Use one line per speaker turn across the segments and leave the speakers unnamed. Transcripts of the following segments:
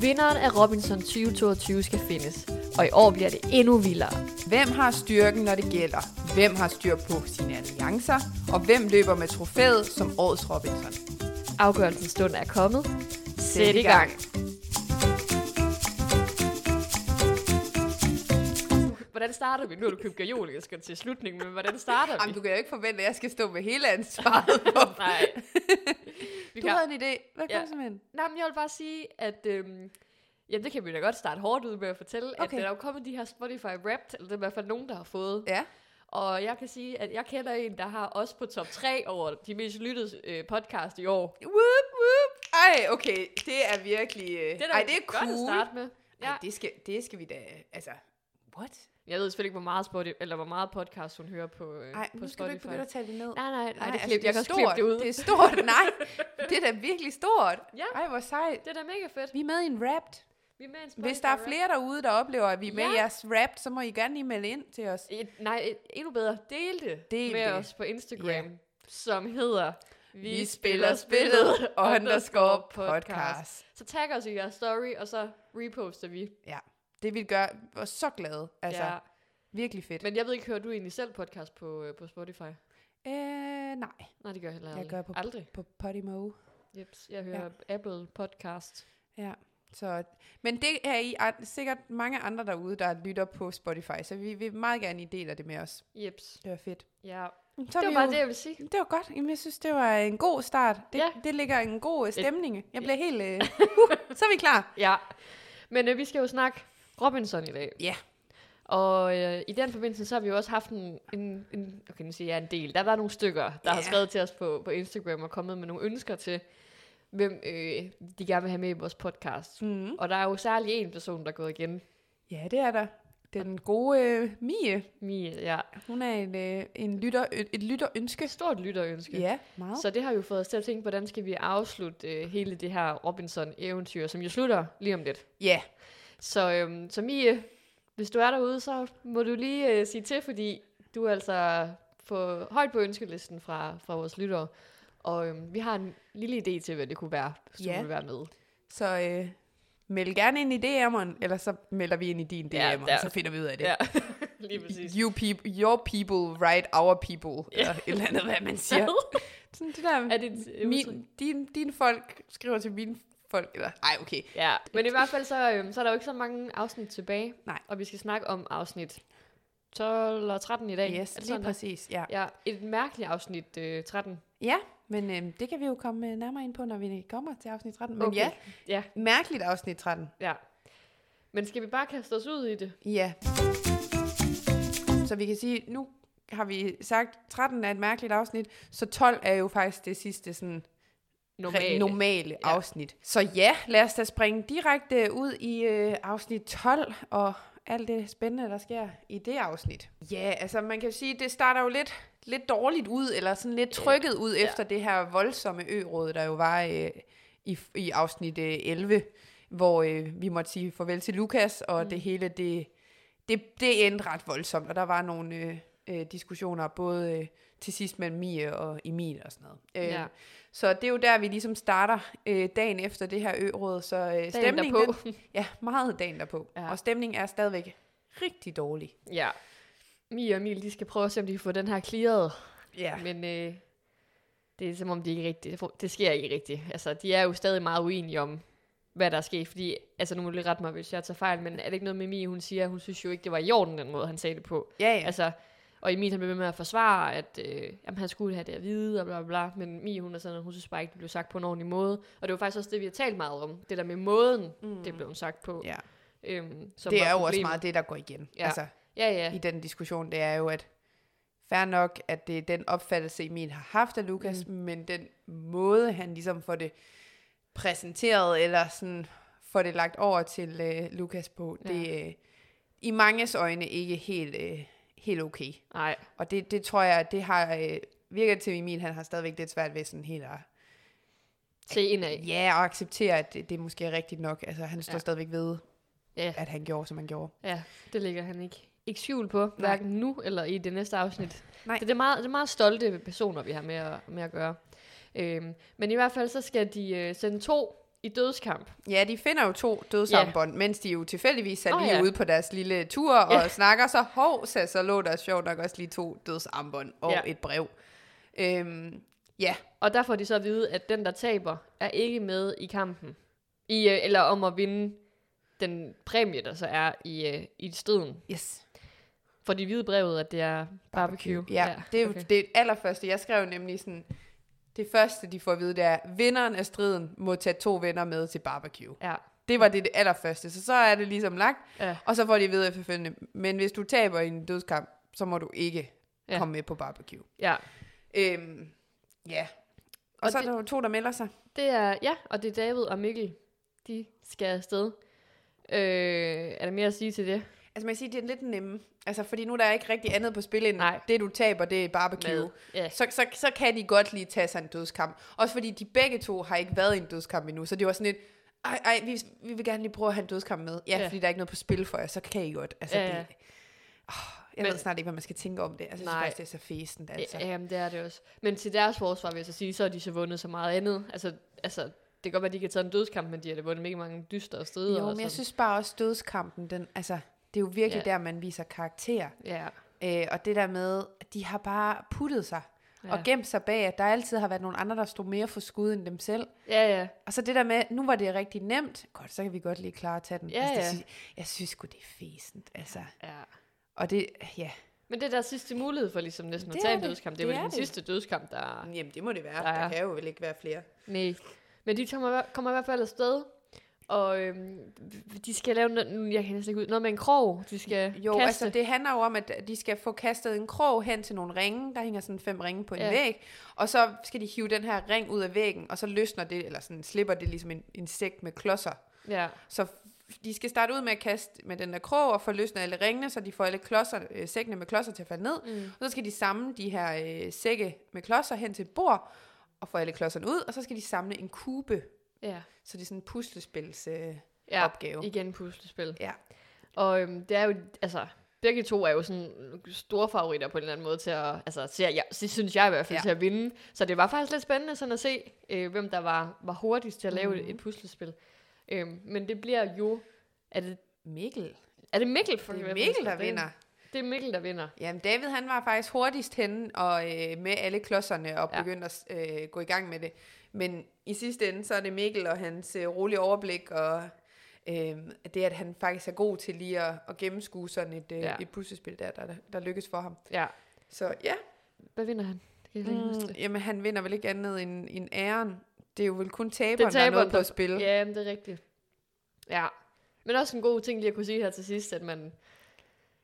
Vinderen af Robinson 2022 skal findes, og i år bliver det endnu vildere.
Hvem har styrken, når det gælder? Hvem har styr på sine alliancer? Og hvem løber med trofæet som årets Robinson?
Afgørelsens stund er kommet. Sæt
i
i
gang.
gang. Hvordan starter vi? Nu har du købt gajol, jeg skal til slutningen, men hvordan starter
Jamen, du kan jo ikke forvente, at jeg skal stå med hele ansvaret. på.
Nej. Vi
du
kan-
havde en idé. Hvad
Ja.
kom så med den?
Nej, men jeg vil bare sige, at... Øhm, jamen, det kan vi da godt starte hårdt ud med at fortælle,
Okay.
okay. at der er jo kommet de her Spotify Wrapped, eller det er i hvert fald nogen, der har fået.
Ja.
Og jeg kan sige, at jeg kender en, der har også på top 3 over de mest lyttede øh, podcast i år.
Whoop, whoop. Ej, okay. Det er virkelig... øh,
Det er da
Ej, det er
godt at
cool.
starte med.
Ja.
Ja.
Ej, det skal, det skal vi da... Altså, what?
Jeg ved selvfølgelig ikke, hvor meget, Spotify, eller hvor meget podcast hun hører på, øh,
Ej,
på
nu skal du ikke
Spotify.
begynde at tale det ned.
Nej, nej, nej, det
altså,
klip, jeg kan også klippe
stort.
det ud.
Det er stort, nej. Det er da virkelig stort.
Ja.
Ej, hvor sejt.
Det er da mega fedt.
Vi er med i en rap.
Vi er med i en
Hvis der er
Spotify-rap.
flere derude, der oplever, at vi er med i
Ja.
jeres rap, så må I gerne lige melde ind til os.
Et, nej, et, endnu bedre. Del det
Del
med
det.
os på Instagram,
Ja.
som hedder
Vi spiller spillet underscore podcast.
Så tag os i jeres story, og så reposter vi.
Ja, det vil gøre os så glade. Altså,
Ja.
ja. virkelig fedt. Men,
Men jeg ved ikke, hører du egentlig selv podcast på, øh, på Spotify?
øh, nej,
Nej, det gør jeg heller
jeg
aldrig.
gør på,
Aldrig.
på Podimo.
Jeps, jeg hører Apple Podcast.
Ja. Så, men det er I an- sikkert mange andre derude, der lytter på Spotify, så vi vil meget gerne, I deler det med os.
Jeps,
Det var fedt.
ja.
Så er
det
vi
var bare
jo-
det, jeg ville sige.
Det var godt. Jamen, jeg synes, det var en god start. Det,
Ja.
det ligger en god øh, stemning. Jeg bliver helt... Øh, uh, så er vi klar.
Ja, men øh, vi skal jo snakke Robinson i dag.
Ja.
Og øh, i den forbindelse, så har vi jo også haft en, en, en okay, nu siger jeg en del. Der var nogle stykker, der yeah.
Ja.
har skrevet til os på, på Instagram og kommet med nogle ønsker til, hvem øh, de gerne vil have med i vores podcast.
Mm.
Og der er jo særlig en person, der er gået igen.
Ja, det er der. Den gode øh, Mie,
Mie, ja.
hun er en, øh, en lytter, et, et lytterønske.
Et stort lytterønske.
Ja, meget. Så,
Så det har jo fået os til at tænke, hvordan skal vi afslutte øh, hele det her Robinson-eventyr, som jo slutter lige om lidt.
ja,
Så, øhm, så Mie, hvis du er derude, så må du lige øh, sige til, fordi du er altså på, højt på ønskelisten fra, fra vores lyttere. Og øhm, vi har en lille idé til, hvad det kunne være, hvis
Ja.
du vil være med.
så øh, meld gerne ind i DM'eren, eller så melder vi ind i din DM'er,
Ja,
ja,
der-
så finder vi ud af det.
Ja, lige præcis.
You people, your people, right our people, eller et eller andet, hvad man siger. Sådan det der,
er det et udtryk?
min, din, dine folk skriver til mine folk, eller ej, okay.
Ja, men i hvert fald, så, øhm, så er der jo ikke så mange afsnit tilbage.
Nej.
Og vi skal snakke om afsnit 12 og 13 i dag. Er det
Yes, lige
sådan der?
præcis, ja.
Ja, et mærkeligt afsnit øh, 13.
Ja, men øh, det kan vi jo komme øh, nærmere ind på, når vi kommer til afsnit 13. Men
Okay.
ja,
Ja,
mærkeligt afsnit 13.
ja. Men skal vi bare kaste os ud i det?
Ja. Så vi kan sige, nu har vi sagt, 13 er et mærkeligt afsnit, så 12 er jo faktisk det sidste sådan normale, normale
Ja.
afsnit. Så ja, lad os da springe direkte ud i øh, afsnit 12 og alt det spændende, der sker i det afsnit. Ja, altså man kan jo sige, det starter jo lidt, lidt dårligt ud, eller sådan lidt trykket ud
Ja.
efter det her voldsomme ø-råd, der jo var øh, i, i afsnit øh, 11, hvor øh, vi måtte sige farvel til Lukas, og mm. det hele, det, det, det endte ret voldsomt, og der var nogle øh, øh, diskussioner, både øh, til sidst mellem Mie og Emil og sådan noget. Øh,
Ja.
Så det er jo der, vi ligesom starter øh, dagen efter det her øråd, så øh, stemningen...
derpå.
Den, ja, meget dagen derpå. Ja.
Ja.
Og stemningen er stadigvæk rigtig dårlig.
Ja. Mia og Emil, de skal prøve at se, om de kan få den her clearet.
Ja.
Ja. Men øh, det er som om, de ikke rigtig, det får- det sker ikke rigtigt. Altså, de er jo stadig meget uenige om, hvad der er sket. Fordi, altså nu må du lige rette mig, hvis jeg tager fejl, men er det ikke noget med Mia, hun siger, at hun synes jo ikke, det var i orden, den måde, han sagde det på.
Ja, ja.
Ja. Altså, og Emil han blev ved med at forsvare, at øh, jamen, han skulle have det at vide, og bla bla bla. Men Mia, hun er sådan, at hun synes bare ikke, det blev sagt på en ordentlig måde. Og det var faktisk også det, vi har talt meget om. Det der med måden, mm. det blev sagt på.
ja.
Øhm, som
Det
var
er jo også
problemet.
meget det, der går igen.
Ja.
Altså,
Ja, ja.
i den diskussion, det er jo, at fair nok, at det er den opfattelse, Emil har haft af Lukas, mm. men den måde, han ligesom får det præsenteret, eller sådan får det lagt over til øh, Lukas på, ja. det øh, i manges øjne ikke helt, øh, helt okay.
Nej.
Og det, det tror jeg, det har øh, virker til Emil, han har stadigvæk lidt svært ved sådan helt at,
Se indad.
ja, at acceptere, at det, det måske er rigtigt nok. Altså, han står ja.
Ja.
stadigvæk ved,
Ja.
at han gjorde, som han gjorde.
Ja, det ligger han ikke, ikke skjul på, hverken nu eller i det næste afsnit.
Nej.
Så det er, meget, det er meget stolte personer, vi har med at, med at gøre. Øhm, men i hvert fald så skal de øh, sende to i dødskamp.
Ja, de finder jo to dødsambånd, yeah. mens de jo tilfældigvis er
Åh,
lige
ja.
ude på deres lille tur og
Ja.
snakker så hov, så, så lå der sjovt nok også lige to dødsambånd og
Ja.
et brev. Øhm, ja,
Og der får de så at vide, at den, der taber, er ikke med i kampen. I, øh, eller om at vinde den præmie, der så er i, øh, i striden.
yes.
For de hvide brevet, at det er barbecue.
Ja, det er jo det allerførste. Jeg skrev nemlig sådan, det første de får at vide, det er, vinderen af striden må tage to venner med til barbecue.
Ja.
Det var det, det allerførste. Så så er det ligesom lagt,
Ja.
og så får de videre efterfølgende. Men hvis du taber i en dødskamp, så må du ikke
Ja.
ja. komme med på barbecue.
ja.
Øhm, ja. Og,
Og
og så
det-
er der jo to, der melder sig.
Det er, ja, og det er David og Mikkel. De skal afsted. Øh, er der mere at sige til det?
Altså man kan sige, det er lidt nemme. Altså fordi nu er der ikke rigtig andet på spil end
Nej.
det, du taber, det er barbecue.
Ja.
Så, så, så kan de godt lige tage sig en dødskamp. Også fordi de begge to har ikke været i en dødskamp endnu, så det var sådan lidt, ej, ej vi, vi vil gerne lige prøve at have en dødskamp med. Ja,
Ja.
ja. fordi der er ikke noget på spil for jer, så kan I godt. Altså,
Ja,
ja. det,
ja.
oh, jeg
Men-
Men, ved snart ikke, hvad man skal tænke om det. Altså, jeg
Nej.
synes faktisk, det er så fæsent. Altså.
Altså. Ja, jamen, det er det også. Men til deres forsvar vil jeg så sige, så har de så vundet så meget andet. Altså, altså det kan godt være, at de ikke har taget en dødskamp, men de har da vundet mega mange dystre og strider.
Jo,
og
men
sådan.
jeg synes bare også, dødskampen, den, altså, det er jo virkelig
Ja.
ja. der, man viser karakter.
Ja,
Øh, og det der med, at de har bare puttet sig
Ja.
ja. og gemt sig bag, at der altid har været nogle andre, der stod mere for skud end dem selv.
ja, ja.
Og så det der med, nu var det rigtig nemt. Godt, så kan vi godt lige klare at tage den.
Ja,
altså, det
ja.
Synes, jeg synes sgu, det er fæsent. Altså.
ja.
Og det, ja.
Men det er deres sidste mulighed for ligesom næsten at
Det
tage
er
en
det.
dødskamp. Det er
Det
vel
er
den
det.
sidste dødskamp, der er.
Jamen, det må det være.
Der er-
jo vel ikke være flere.
Nej. Men de kommer, kommer i hvert fald afsted. Og øhm, de skal lave noget, nu- jeg kan næsten ikke ud, noget med en krog, de skal
Jo,
kaste.
Kaste. altså det handler jo om, at de skal få kastet en krog hen til nogle ringe. Der hænger sådan fem ringe på en
Ja.
ja. væg. Og så skal de hive den her ring ud af væggen, og så løsner det, eller sådan slipper det ligesom en insekt med klodser.
Ja,
Så f- de skal starte ud med at kaste med den der krog og få løsnet alle ringene, så de får alle klodser, øh, sækkene med klodser til at falde ned.
Mm.
Mm. Og så skal de samle de her øh, sække med klodser hen til et bord og få alle klodserne ud, og så skal de samle en kube.
ja.
Så det er sådan en puslespils øh,
Ja,
opgave.
igen puslespil.
Ja.
Og øhm, det er jo, altså, begge to er jo sådan store favoritter på en eller anden måde til at, altså, til at, ja, det synes jeg i hvert fald, ja.
Ja.
til at vinde. Så det var faktisk lidt spændende sådan at se, øh, hvem der var, var hurtigst til at lave mm.
Mhm.
et puslespil. Øhm, men det bliver jo, er det,
Mikkel.
er det Mikkel? For
Det er Mikkel, der vinder.
Det er Mikkel, der vinder.
Jamen, David han var faktisk hurtigst henne og, øh, med alle klodserne og
Ja.
begyndte at øh, gå i gang med det. Men i sidste ende, så er det Mikkel og hans øh, rolige overblik og øh, det, at han faktisk er god til lige at, at gennemskue sådan et, øh,
Ja.
ja. et puslespil, der, der, der lykkes for ham.
Ja.
Så ja,
Hvad vinder han? Det kan jeg ikke huske
mm,
det.
jamen, han vinder vel ikke andet end, end æren. Det er jo vel kun taberen,
Det er
der er noget
taberen,
på
der-
spil.
Ja, men det er rigtigt. Ja. Men også en god ting lige at kunne sige her til sidst, at man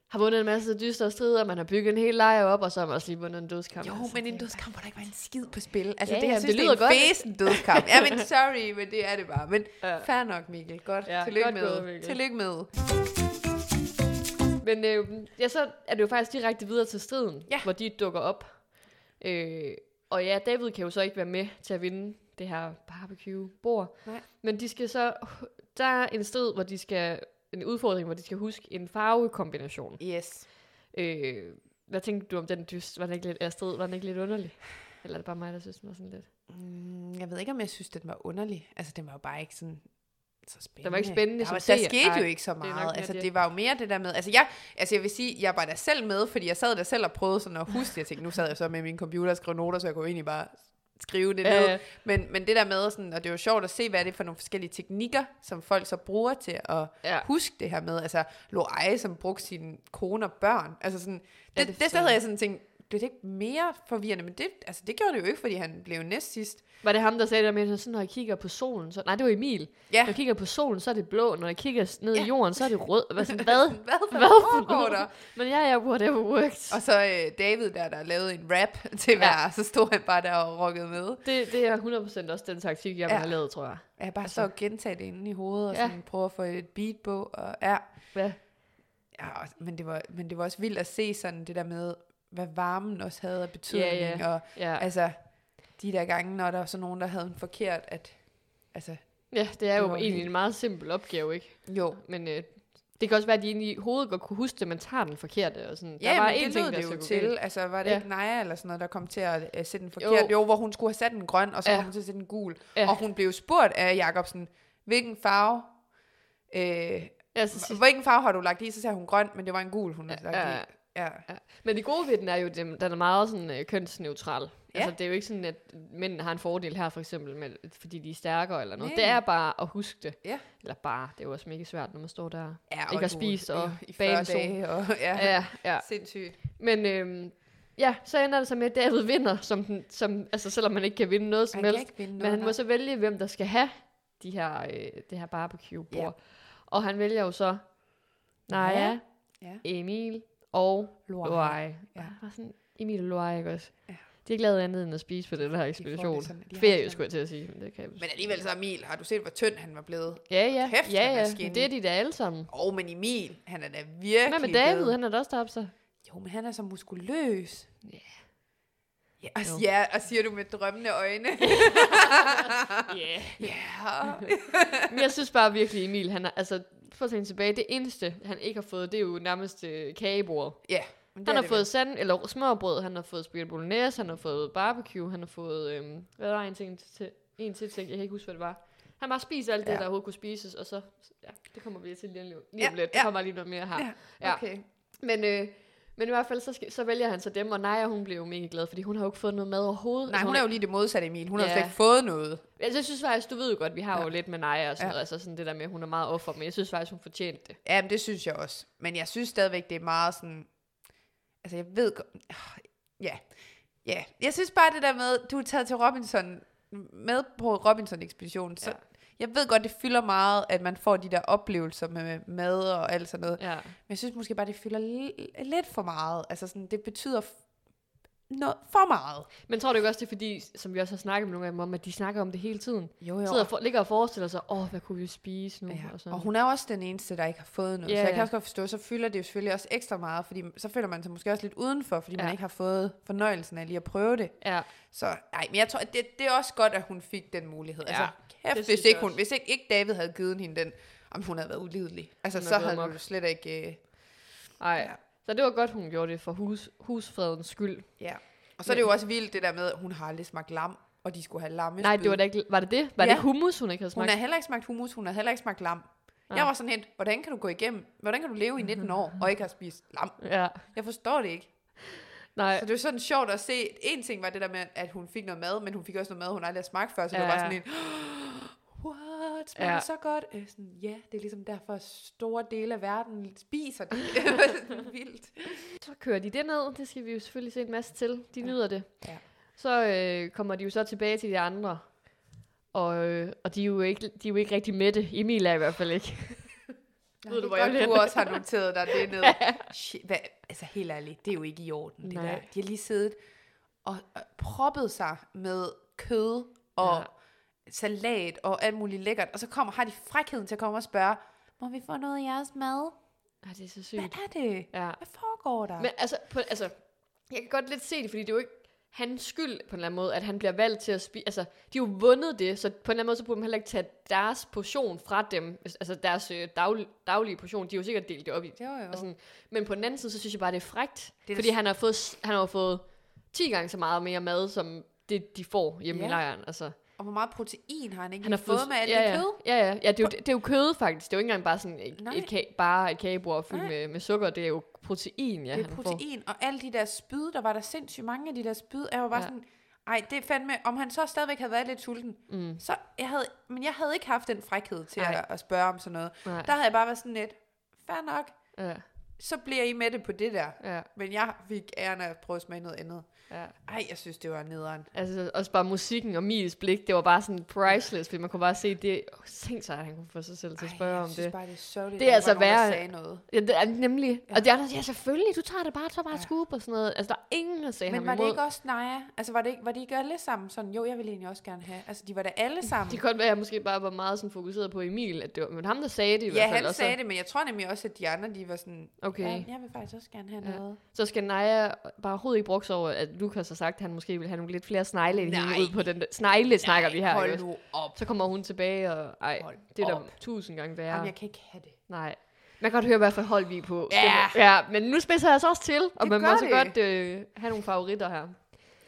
har vundet en masse dyster strider, man har bygget en hel lejr op, og så har man også lige vundet en dødskamp.
Jo,
Altså,
men
det
en
er
dødskamp, hvor der ikke var en skid på spil.
Ja,
Altså, ja, det,
ja,
jeg
men
synes,
det
det,
lyder
er
godt.
en fæsen dødskamp. ja, men sorry, men det er det bare. Men
Ja.
fair nok, Mikkel. Godt.
Ja,
Ja, Tillykke
godt
med.
gået, Mikkel.
Tillykke med.
bare- Men øh, ja, så er det jo faktisk direkte videre til striden,
Ja.
hvor de dukker op. Øh, og ja, David kan jo så ikke være med til at vinde det her barbecue-bord.
Nej.
Men de skal så... Der er en strid, hvor de skal... En udfordring, hvor de skal huske en farvekombination.
Yes.
Øh, hvad tænkte du om den dyst? Var den ikke lidt astrid? Var den ikke lidt underlig? Eller er det bare mig, der synes, den var sådan lidt?
Mm, jeg ved ikke, om jeg synes, den var underlig. Altså, den var jo bare ikke sådan så spændende.
Den var ikke spændende
Der,
som
var, der
seer.
skete
Nej,
jo ikke så
nok
meget.
mere
Det altså,
det.
det var jo mere det der med... Altså, jeg, altså, jeg vil sige, jeg var der selv med, fordi jeg sad der selv og prøvede sådan at huske. det. Jeg tænkte, nu sad jeg så med min computer og skrev noter, så jeg kunne egentlig bare skrive det ned.
Øh,
Men, men det der med, sådan, og det er jo sjovt at se, hvad er det for nogle forskellige teknikker, som folk så bruger til at
ja.
huske det her med, altså Loeje, som brugte sine kone og børn. Altså sådan, det,
Ja,
ja,
det
det,
forstår
det havde
jeg.
jeg sådan tænkt, blev det ikke mere forvirrende? Men det, altså, det gjorde det jo ikke, fordi han blev næst sidst.
Var det ham, der sagde det med, sådan, når jeg kigger på solen, så... Nej, det var Emil.
Ja.
Når jeg kigger på solen, så er det blå. Når jeg kigger s- ned i
Ja.
jorden, så er det rød. Hvad? Sådan, hvad?
Hvad,
Hvad
Hvad
for
foregår
noget?
der?
Men ja, ja, whatever works.
Og så øh, David der, der lavede en rap til hver, ja. så stod han bare der og rockede med.
Det, det er 100% også den taktik, jeg ja.
Ja.
har lavet, tror jeg.
Ja, bare
Altså-
så at gentage det inde i hovedet, og
Ja.
sådan prøve at få et beat på, og ja.
Hvad?
ja og, men, det var, men det var også vildt at se sådan det der med, hvad varmen også havde af betydning, ja, ja. og
Ja.
Altså, de der gange, når der var så nogen, der havde en forkert, at... Altså,
ja, det er
det
jo
var
egentlig
helt-
en meget simpel opgave, ikke?
jo,
Men øh, Det kan også være, at de inde i hovedet godt kunne huske det, men tager den forkerte. Og sådan.
Ja,
var
men det
ting,
lød
der
det jo
så
til.
galt.
Altså, var det
Ja.
ikke Naja eller sådan noget, der kom til at øh, sætte den forkert? Jo. jo, hvor hun skulle have sat den grøn, og så
Ja.
ja. kom hun til at sætte den gul.
Ja.
Ja. Og hun blev spurgt af Jacobsen, hvilken farve, øh,
Ja, så sig-
hvilken farve har du lagt i? Så sagde hun grøn, men det var en gul, hun havde lagt
ja, ja.
i. Ja.
Men det gode ved den er jo, at den den er meget sådan, øh, kønsneutral. Ja.
Ja.
Altså, det er jo ikke sådan, at mænd har en fordel her, for eksempel, med, fordi de er stærkere eller noget.
Nej.
Det er bare at huske det.
Ja.
Eller bare, det er jo også mega svært, når man står der.
ja
Ikke
og
at
du-
spise og
i, i 40
bage en
dage. Og, ja. ja.
Ja, ja.
Sindssygt.
Men øhm, ja, så ender det så med, at David vinder, som den, som, altså, selvom man ikke kan vinde noget som
Han kan
helst.
ikke vinde
Men
noget.
han må
nej.
så vælge, hvem der skal have de her, øh, det her barbecue-bord.
Ja.
Og han vælger jo så Naja,
Ja.
Emil og
Loire.
Loire.
Ja.
Ja. Bare sådan, Emil og Loire, ikke også?
Ja.
De har ikke lavet andet end at spise på den her
det
ekspedition.
sådan, at de har
Ferie,
sådan-
skulle jeg til at sige. Men, det kan jeg...
Men alligevel så Emil, har du set, hvor tynd han var blevet?
Ja, ja.
Kæft,
ja,
han er
ja.
skinny.
Det er de da alle sammen.
Åh, oh, men Emil, han er da virkelig
Hvad med David?
blevet-
Han er da også tabt sig.
Jo, men han er så muskuløs.
Ja.
Ja, og,
Jo.
ja, og siger du med drømmende øjne.
Yeah.
ja.
Men jeg synes bare virkelig, Emil, han er, altså, for at tænke tilbage, det eneste, han ikke har fået, det er jo nærmest øh, kagebordet.
ja. men det
Han
er
har
det
fået sand, eller smørbrød, han har fået spaghetti bolognese, han har fået barbecue, han har fået, øhm, hvad var en ting til, en til ting, jeg kan ikke huske, hvad det var. Han bare spiser alt det,
Ja.
der overhovedet kunne spises, og så, ja, det kommer vi til lige, lige, lige
Ja,
om lidt. Ja.
ja.
Der kommer lige noget mere her. Ja.
Ja,
Ja.
vel. Okay.
Men, øh, men i hvert fald, så, skal, så vælger han så dem, og Naja, hun bliver jo mega glad, fordi hun har jo ikke fået noget mad overhovedet.
Nej,
Altså,
hun er jo lige det modsatte, Emil. Hun har
Ja.
jo slet ikke fået noget.
Altså, jeg synes faktisk, du ved jo godt, vi har ja. jo
Ja.
lidt med Naja og sådan
Ja.
ja. noget, altså sådan det der med, at hun er meget offer, men jeg synes faktisk, hun fortjente det.
Jamen, det synes jeg også. Men jeg synes stadigvæk, det er meget sådan... Altså, jeg ved godt... Ah, Ja. Ja. Jeg synes bare det der med, du er taget til Robinson, med på Robinson-ekspeditionen, så
Ja.
ja. jeg ved godt, det fylder meget, at man får de der oplevelser med mad og alt sådan noget.
Ja.
Men jeg synes måske bare, det fylder l- lidt for meget. Altså sådan, det betyder f- noget for meget.
Men tror du ikke også, det er fordi, som vi også har snakket med nogle af dem om, at de snakker om det hele tiden?
Jo,
sidder og for, ligger og forestiller sig, åh, oh, hvad kunne vi spise nu?
Ja.
Og, sådan.
Og hun er også den eneste, der ikke har fået noget.
Ja,
Yeah. Så jeg
ja.
kan også godt forstå, så fylder det jo selvfølgelig også ekstra meget, fordi så føler man sig måske også lidt udenfor, fordi ja.
Ja.
man ikke har fået fornøjelsen af lige at prøve det.
ja.
Så nej, men jeg tror, at det, det er også godt, at hun fik den mulighed.
Ja,
Ja. Altså,
det synes
kæft, hvis,
jeg
ikke, hun,
også.
hvis ikke, ikke David havde givet hende den, om hun havde været ulidelig. Altså,
Hun er
så
gået
havde
amok.
hun jo slet ikke... Øh,
Ej.
Ja.
Så det var godt, hun gjorde det for hus, husfredens skyld.
ja. Og så er det jo også vildt, det der med, at hun har aldrig smagt lam, og de skulle have lammespyd.
Nej, det var, da ikke, var det det? Var ja.
Ja.
det hummus, hun ikke havde
Hun
smagt?
har heller ikke smagt hummus, hun har heller ikke smagt lam.
Nej.
Jeg var sådan helt, hvordan kan du gå igennem, hvordan kan du leve i 19 år og ikke have spist lam?
Ja.
Jeg forstår det ikke.
Nej.
Så det var sådan sjovt at se. En ting var det der med, at hun fik noget mad, men hun fik også noget mad, hun aldrig har smagt før, så det
Ja,
var
ja.
bare sådan en, what, smager
Ja.
ja. det så godt? Øh, sådan, ja, det er ligesom derfor, at store dele af verden spiser det. sådan vildt.
Så kører de det ned. Det skal vi jo selvfølgelig se en masse til. De
Ja.
nyder det.
Ja.
Så øh, kommer de jo så tilbage til de andre. Og, øh, og de, er jo ikke, de er jo ikke rigtig med det. Emil er i hvert fald ikke.
Nej,
Ved du,
det
hvor
er
jeg vil
godt, du
hen?
også har noteret dig det ned. Shit, hvad, altså helt ærligt, det er jo ikke i orden, det
Nej.
der. De har lige siddet og, og proppet sig med kød og
Ja.
ja. salat og alt muligt lækkert, og så kommer, har de frækheden til at komme og spørge, må vi få noget af jeres mad?
Ej, det er så sygt.
Hvad er det?
Ja.
Hvad foregår der?
Men altså, på, altså, jeg kan godt lidt se det, fordi det er jo ikke hans skyld på en eller anden måde, at han bliver valgt til at spise. Altså, de har jo vundet det, så på en eller anden måde, så burde man heller ikke tage deres portion fra dem. Altså deres øh, dag, daglige portion, de har jo sikkert delt det op i.
Jo, jo.
Og sådan. Men på den anden side, så synes jeg bare, det er frægt.
Det er
fordi
det-
han har, fået, s- han har jo fået 10 gange så meget mere mad, som det, de får hjemme ja. i
Ja.
lejren. Altså,
Og hvor meget protein har han ikke
han har
fået, fået med alt
ja,
det
ja,
kød?
Ja, ja. ja det, er jo, det er jo kød, faktisk. Det er jo ikke engang bare sådan et,
Nej.
et, kage, bare et kagebord fyldt
Nej.
med, med sukker. Det er jo protein, ja,
det er
han får.
protein, og alle de der spyd, der var der sindssygt mange af de der spyd, jeg var bare
Ja.
ja. sådan, ej, det er fandme, om han så stadigvæk havde været lidt sulten,
Mm.
så jeg havde, men jeg havde ikke haft den frækhed til
Ej.
at, at, spørge om sådan noget.
Nej.
Der havde jeg bare været sådan lidt, fair nok,
Ja,
så bliver I med det på det der.
ja,
Men jeg fik æren af at prøve at smage noget andet.
ja.
Ej, jeg synes, det var nederen.
Altså også bare musikken og Mils blik, det var bare sådan priceless, fordi man kunne bare se det. Oh, tænk sig, at han kunne få sig selv til at
Ej,
spørge
jeg
om
synes
det.
bare, det er sørgeligt,
Det er
at der
altså
var nogen, der
værre-
sagde noget.
Ja, det er nemlig. Ja.
Ja.
Og de andre, ja selvfølgelig, du tager det bare, så bare ja.
Ja.
skub og sådan noget. Altså der er ingen, der sagde
Men
ham
var det
imod.
ikke også Naja? Altså, var, det ikke, var de ikke alle sammen sådan, jo, jeg ville egentlig også gerne have. Altså, de var da alle sammen.
Det kan godt være, at jeg måske bare var meget sådan fokuseret på Emil, at det var, men ham der sagde det i
Ja,
hvert fald.
han
og så-
sagde det, men jeg tror nemlig også, at de andre, de var sådan,
Okay.
ja, jeg vil faktisk også gerne have
Ja.
ja. noget.
Så skal Naja bare overhovedet ikke brokse over, at Lukas har sagt, at han måske vil have nogle lidt flere snegle end
Nej.
hende ud på den der. Snegle snakker vi her.
Hold
ikke også?
nu op.
Så kommer hun tilbage, og ej,
Hold
det er da
op.
tusind gange værre.
Jamen, jeg kan ikke have det.
Nej. Man kan godt høre, hvad for et hold vi er på.
Ja.
Det- ja men nu spidser jeg os også til, og
Det
man må
gør
også
det.
godt øh, have nogle favoritter her.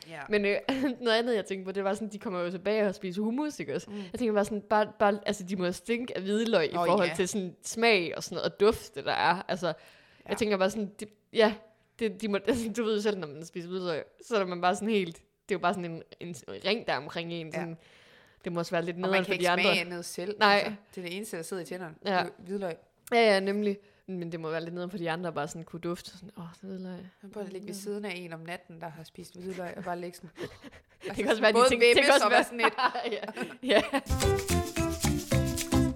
Ja.
Men øh, noget andet, jeg tænkte på, det var sådan, de kommer jo tilbage og spiser hummus, ikke også?
Mm.
Mm. Jeg tænker bare sådan, bare, bare, altså de må stinke af hvidløg i
Åh,
forhold
ja.
til sådan smag og sådan noget, og duft, det der er. Altså, ja.
Ja.
jeg tænker bare sådan, de, ja, det, de må, altså, du ved jo selv, når man spiser hvidløg, så er man bare sådan helt, det er jo bare sådan en, en ring der er omkring en,
Ja.
sådan, det må også være lidt
Og man
nederen for
kan
de
ikke
andre.
smage andet selv.
Nej.
Altså, det er det eneste, der sidder i tænderne.
Ja.
Det er Hvidløg.
Ja, ja, nemlig. Men det må være lidt nederen for de andre, at bare sådan kunne dufte. Sådan, Åh, oh, hvidløg.
Man burde ligge ved siden af en om natten, der har spist hvidløg, og bare ligge sådan...
Det kan også være, de
både
tænker- det kan
vemmes
også
og være
være-
sådan et.
ja. ja.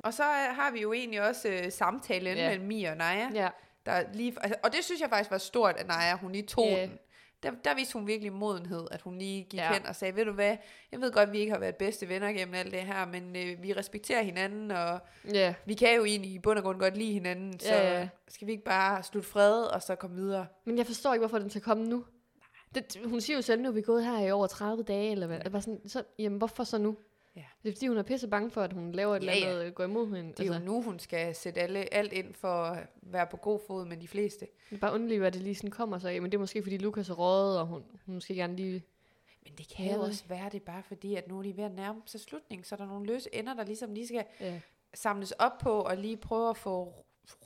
Og så øh, har vi jo egentlig også øh, samtalen
Ja.
mellem Mia og Naja.
ja.
Der lige, altså, og det synes jeg faktisk var stort, at Naja, hun lige tog
Ja.
den. Der, der viste hun virkelig modenhed, at hun lige gik
Ja.
hen og sagde, ved du hvad, jeg ved godt, at vi ikke har været bedste venner gennem alt det her, men øh, vi respekterer hinanden, og
Ja,
vi kan jo egentlig i bund og grund godt lide hinanden, så
Ja, ja.
skal vi ikke bare slutte fred og så komme videre?
men jeg forstår ikke, hvorfor den skal komme nu. Det, hun siger jo selv, nu er vi gået her i over 30 dage, eller hvad. Ja. Bare sådan, så, jamen, hvorfor så nu?
Ja.
Det er fordi, hun er pisse bange for, at hun laver et
Ja,
ja,
ja.
eller andet, ja. går imod hende. Altså,
Det er jo nu, hun skal sætte alle, alt ind for at være på god fod med de fleste.
det er bare underligt, at det lige sådan kommer sig af. Men det er måske, fordi Lukas er røget, og hun, hun måske gerne lige...
Men det kan jo
Ja.
også være, det er bare fordi, at nu er de ved at nærme sig slutningen, så er der nogle løse ender, der ligesom lige skal
Ja.
samles op på, og lige prøve at få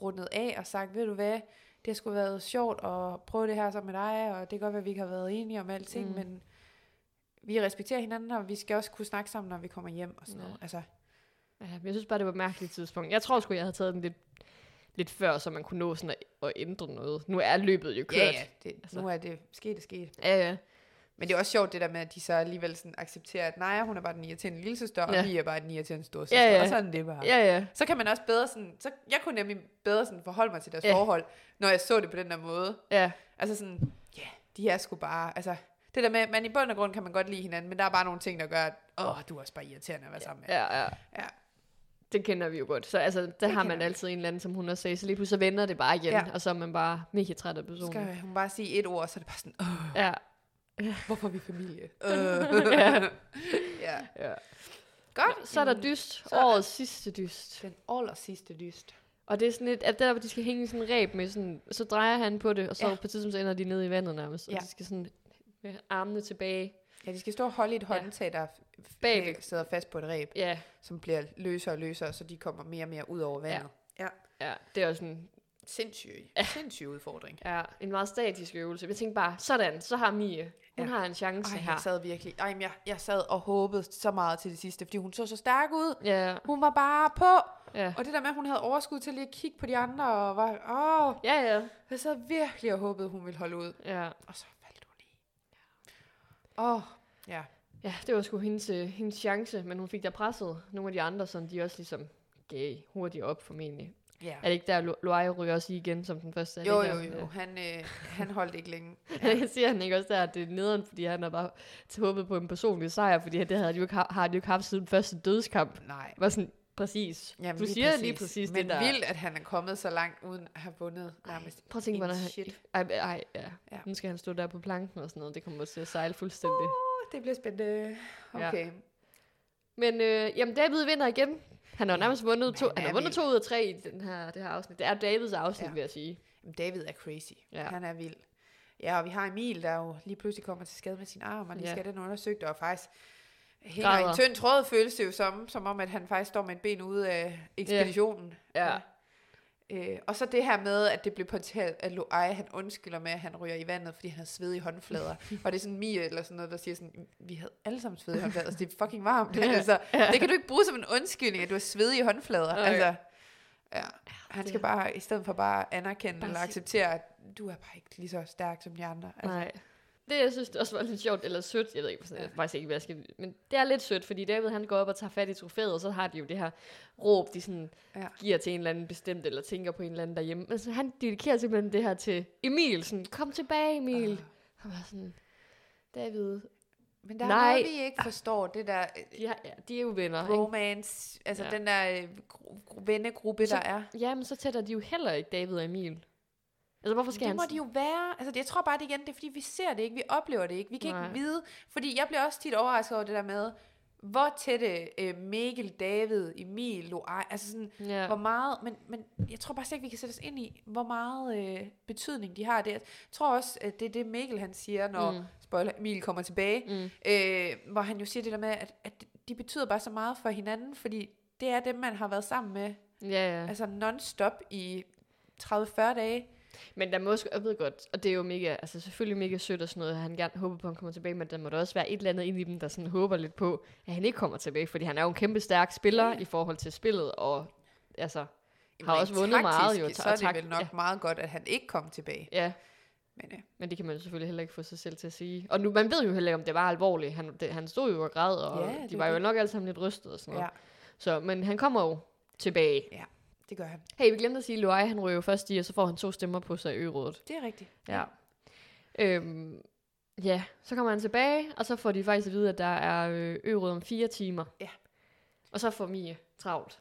rundet af og sagt, ved du hvad, det skulle have været sjovt at prøve det her sammen med dig, og det kan godt være, at vi ikke har været enige om alting, mm.
Mm.
men vi respekterer hinanden, og vi skal også kunne snakke sammen, når vi kommer hjem og sådan
Ja.
noget. Altså,
ja. men jeg synes bare, det var et mærkeligt tidspunkt. Jeg tror sgu, jeg havde taget den lidt, lidt før, så man kunne nå sådan at, at ændre noget. Nu er løbet jo kørt.
ja, ja, det,
Altså.
nu er det sket, det sket.
ja. ja.
Men det er også sjovt det der med, at de så alligevel sådan accepterer, at Naja, hun er bare den irriterende lille søster, og
Ja.
vi er bare den irriterende storsøster,
Ja, ja.
og sådan er det bare.
Ja, ja.
Så kan man også bedre sådan, så jeg kunne nemlig bedre sådan forholde mig til deres
Ja.
forhold, når jeg så det på den der måde.
Ja,
Altså sådan, ja, yeah, de er sgu bare, altså, det der med, man i bund og grund kan man godt lide hinanden, men der er bare nogle ting, der gør, at åh, du er også bare irriterende at være sammen med.
ja, ja.
Ja.
Det kender vi jo godt. Så altså, der har
kender
man
vi.
altid en eller anden, som hun også sagde, så lige pludselig så vender det bare igen,
Ja.
ja. og så er man bare mega træt af
Så
personen.
skal hun bare sige et ord, så er det bare sådan, åh,
Ja,
hvorfor er vi familie? Øh.
Ja.
ja.
ja.
Godt.
Så er der dyst.
Ah, Så er der-
Årets sidste dyst.
Den aller sidste lyst.
Og det er sådan lidt, at der, hvor de skal hænge i sådan en ræb med sådan, så drejer han på det, og så
Ja.
ja. på et tidspunkt så ender de nede i vandet nærmest, ja.
Ja.
og de skal sådan med armene tilbage.
Ja, de skal stå og holde i et
Ja.
håndtag, der f-
Bagved.
sidder fast på et ræb,
Ja,
som bliver løsere og løsere, så de kommer mere og mere ud over vandet. Ja. ja.
ja. det er også en,
Sindssyg. Sindssyg udfordring.
ja, en meget statisk øvelse. Jeg tænkte bare, sådan, så har Mie. Hun
Ja.
ja. har en chance
Ej, jeg
her.
sad virkelig, ej, men jeg, jeg sad og håbede så meget til det sidste, fordi hun så så stærk ud.
Ja,
Hun var bare på.
ja.
Og det der med, at hun havde overskud til lige at kigge på de andre, og var, åh,
Ja, ja.
jeg sad virkelig og håbede, hun ville holde ud.
ja.
Og så faldt hun i. Åh, ja.
Ja, det var sgu hendes, øh, hendes chance, men hun fik da presset nogle af de andre, som de også ligesom gav hurtigt op formentlig.
ja.
Er det ikke der, Lu- Luai ryger også i igen som den første? Er Altså, det
Jo,
ikke
jo,
der?
jo. Han, øh, han holdt ikke længe.
Ja. Jeg siger han ikke også der, at det er nederen, fordi han har bare håbet på en personlig sejr, fordi det havde de jo ikke, ha- har de jo ikke haft siden første dødskamp.
Nej.
Det var sådan, præcis.
Jamen,
du siger lige præcis
Men
det der.
vildt, at han er kommet så langt, uden at have vundet
Ej,
nærmest.
prøv at tænke,
en
hvordan han...
shit.
Ej, ej, ja.
Ja.
ja. Nu skal han stå der på planken og sådan noget. Det kommer til at sejle fuldstændig.
Åh, Det bliver spændende.
Ja.
Okay.
Men øh, jamen, David vinder igen. Han har jo nærmest vundet to,
han
han har
er
vundet
vild.
to ud af tre i den her, det her afsnit. Det er Davids afsnit,
Ja.
ja. vil jeg sige.
Jamen, David er crazy. Ja.
Ja.
Han er vild. Ja, og vi har Emil, der jo lige pludselig kommer til skade med sin arm, og lige ja.
Ja.
skal have den undersøgt, og faktisk hænger i
Græder.
en tynd tråd, føles det jo som, som om, at han faktisk står med et ben ude af ekspeditionen.
Ja.
Øh, og så det her med, at det blev pointeret, at Loai, han undskylder med, at han ryger i vandet, fordi han har sved i håndflader. og det er sådan Mia eller sådan noget, der siger sådan, vi havde alle sammen sved i håndflader, så det er fucking varmt.
Ja.
altså, det kan du ikke bruge som en undskyldning, at du har sved i håndflader.
Nej. Ah,
Altså, ja. Han
det-
skal bare, i stedet for bare anerkende
Bare
eller
sig-
acceptere, at du er bare ikke lige så stærk som de andre. Altså,
Nej. Det, jeg synes, det også var lidt sjovt, eller sødt, jeg ved ikke, jeg ved faktisk ikke, hvad jeg skal, men det er lidt sødt, fordi David, han går op og tager fat i trofæet, og så har de jo det her råb, de sådan
Ja.
ja. giver til en eller anden bestemt, eller tænker på en eller anden derhjemme. Men så han dedikerer simpelthen det her til Emil, sådan, kom tilbage, Emil.
Ah.
Uh. Han var sådan, David,
men der er
Nej.
noget, vi ikke forstår, det der øh,
de, har, ja, de er jo venner, ikke?
romance, altså
Ja.
den der øh, gru- gru- vennegruppe,
Så-
der er.
Ja, men så tætter de jo heller ikke David og Emil. Altså, hvorfor skal
Det
han...
må de jo være. Altså, jeg tror bare, det igen, det er fordi, vi ser det ikke, vi oplever det ikke, vi kan Nej.
Nej.
ikke vide. Fordi jeg bliver også tit overrasket over det der med, hvor tætte øh, Mikkel, David, Emil, lå ej, altså sådan,
Ja.
hvor meget, men, men jeg tror bare slet ikke, vi kan sætte os ind i, hvor meget øh, betydning de har der. Jeg tror også, at det er det Mikkel han siger, når mm.
Mm.
spoiler, Emil kommer tilbage,
Mm.
øh, hvor han jo siger det der med, at, at de betyder bare så meget for hinanden, fordi det er dem, man har været sammen med,
Ja, ja.
altså non-stop i 30-40 dage.
Men der må sgu, jeg ved godt, og det er jo mega, altså selvfølgelig mega sødt og sådan noget, at han gerne håber på, at han kommer tilbage, men der må da også være et eller andet inde i dem, der sådan håber lidt på, at han ikke kommer tilbage, fordi han er jo en kæmpe stærk spiller
Ja.
i forhold til spillet, og altså,
Jamen,
Har
rent
også vundet meget, jo,
taktisk,
og
Så er det
tak-
vel nok
ja.
meget godt, at han ikke kom tilbage.
ja,
Men, øh,
men det kan man jo selvfølgelig heller ikke få sig selv til at sige. Og nu, man ved jo heller ikke, om det var alvorligt. Han, det, han stod jo og græd, og
Ja,
ja,
det er
de var jo
det.
nok alle sammen lidt rystet og sådan noget.
ja,
Ja. Så, men han kommer jo tilbage.
det gør han.
Hey, vi glemte at sige, at Luai, han ryger jo først i, og så får han to stemmer på sig i ørådet.
Det er rigtigt.
Ja. Øhm, ja, så kommer han tilbage, og så får de faktisk at vide, at der er øh, øvrigt om fire timer.
Ja.
Og så får Mie travlt.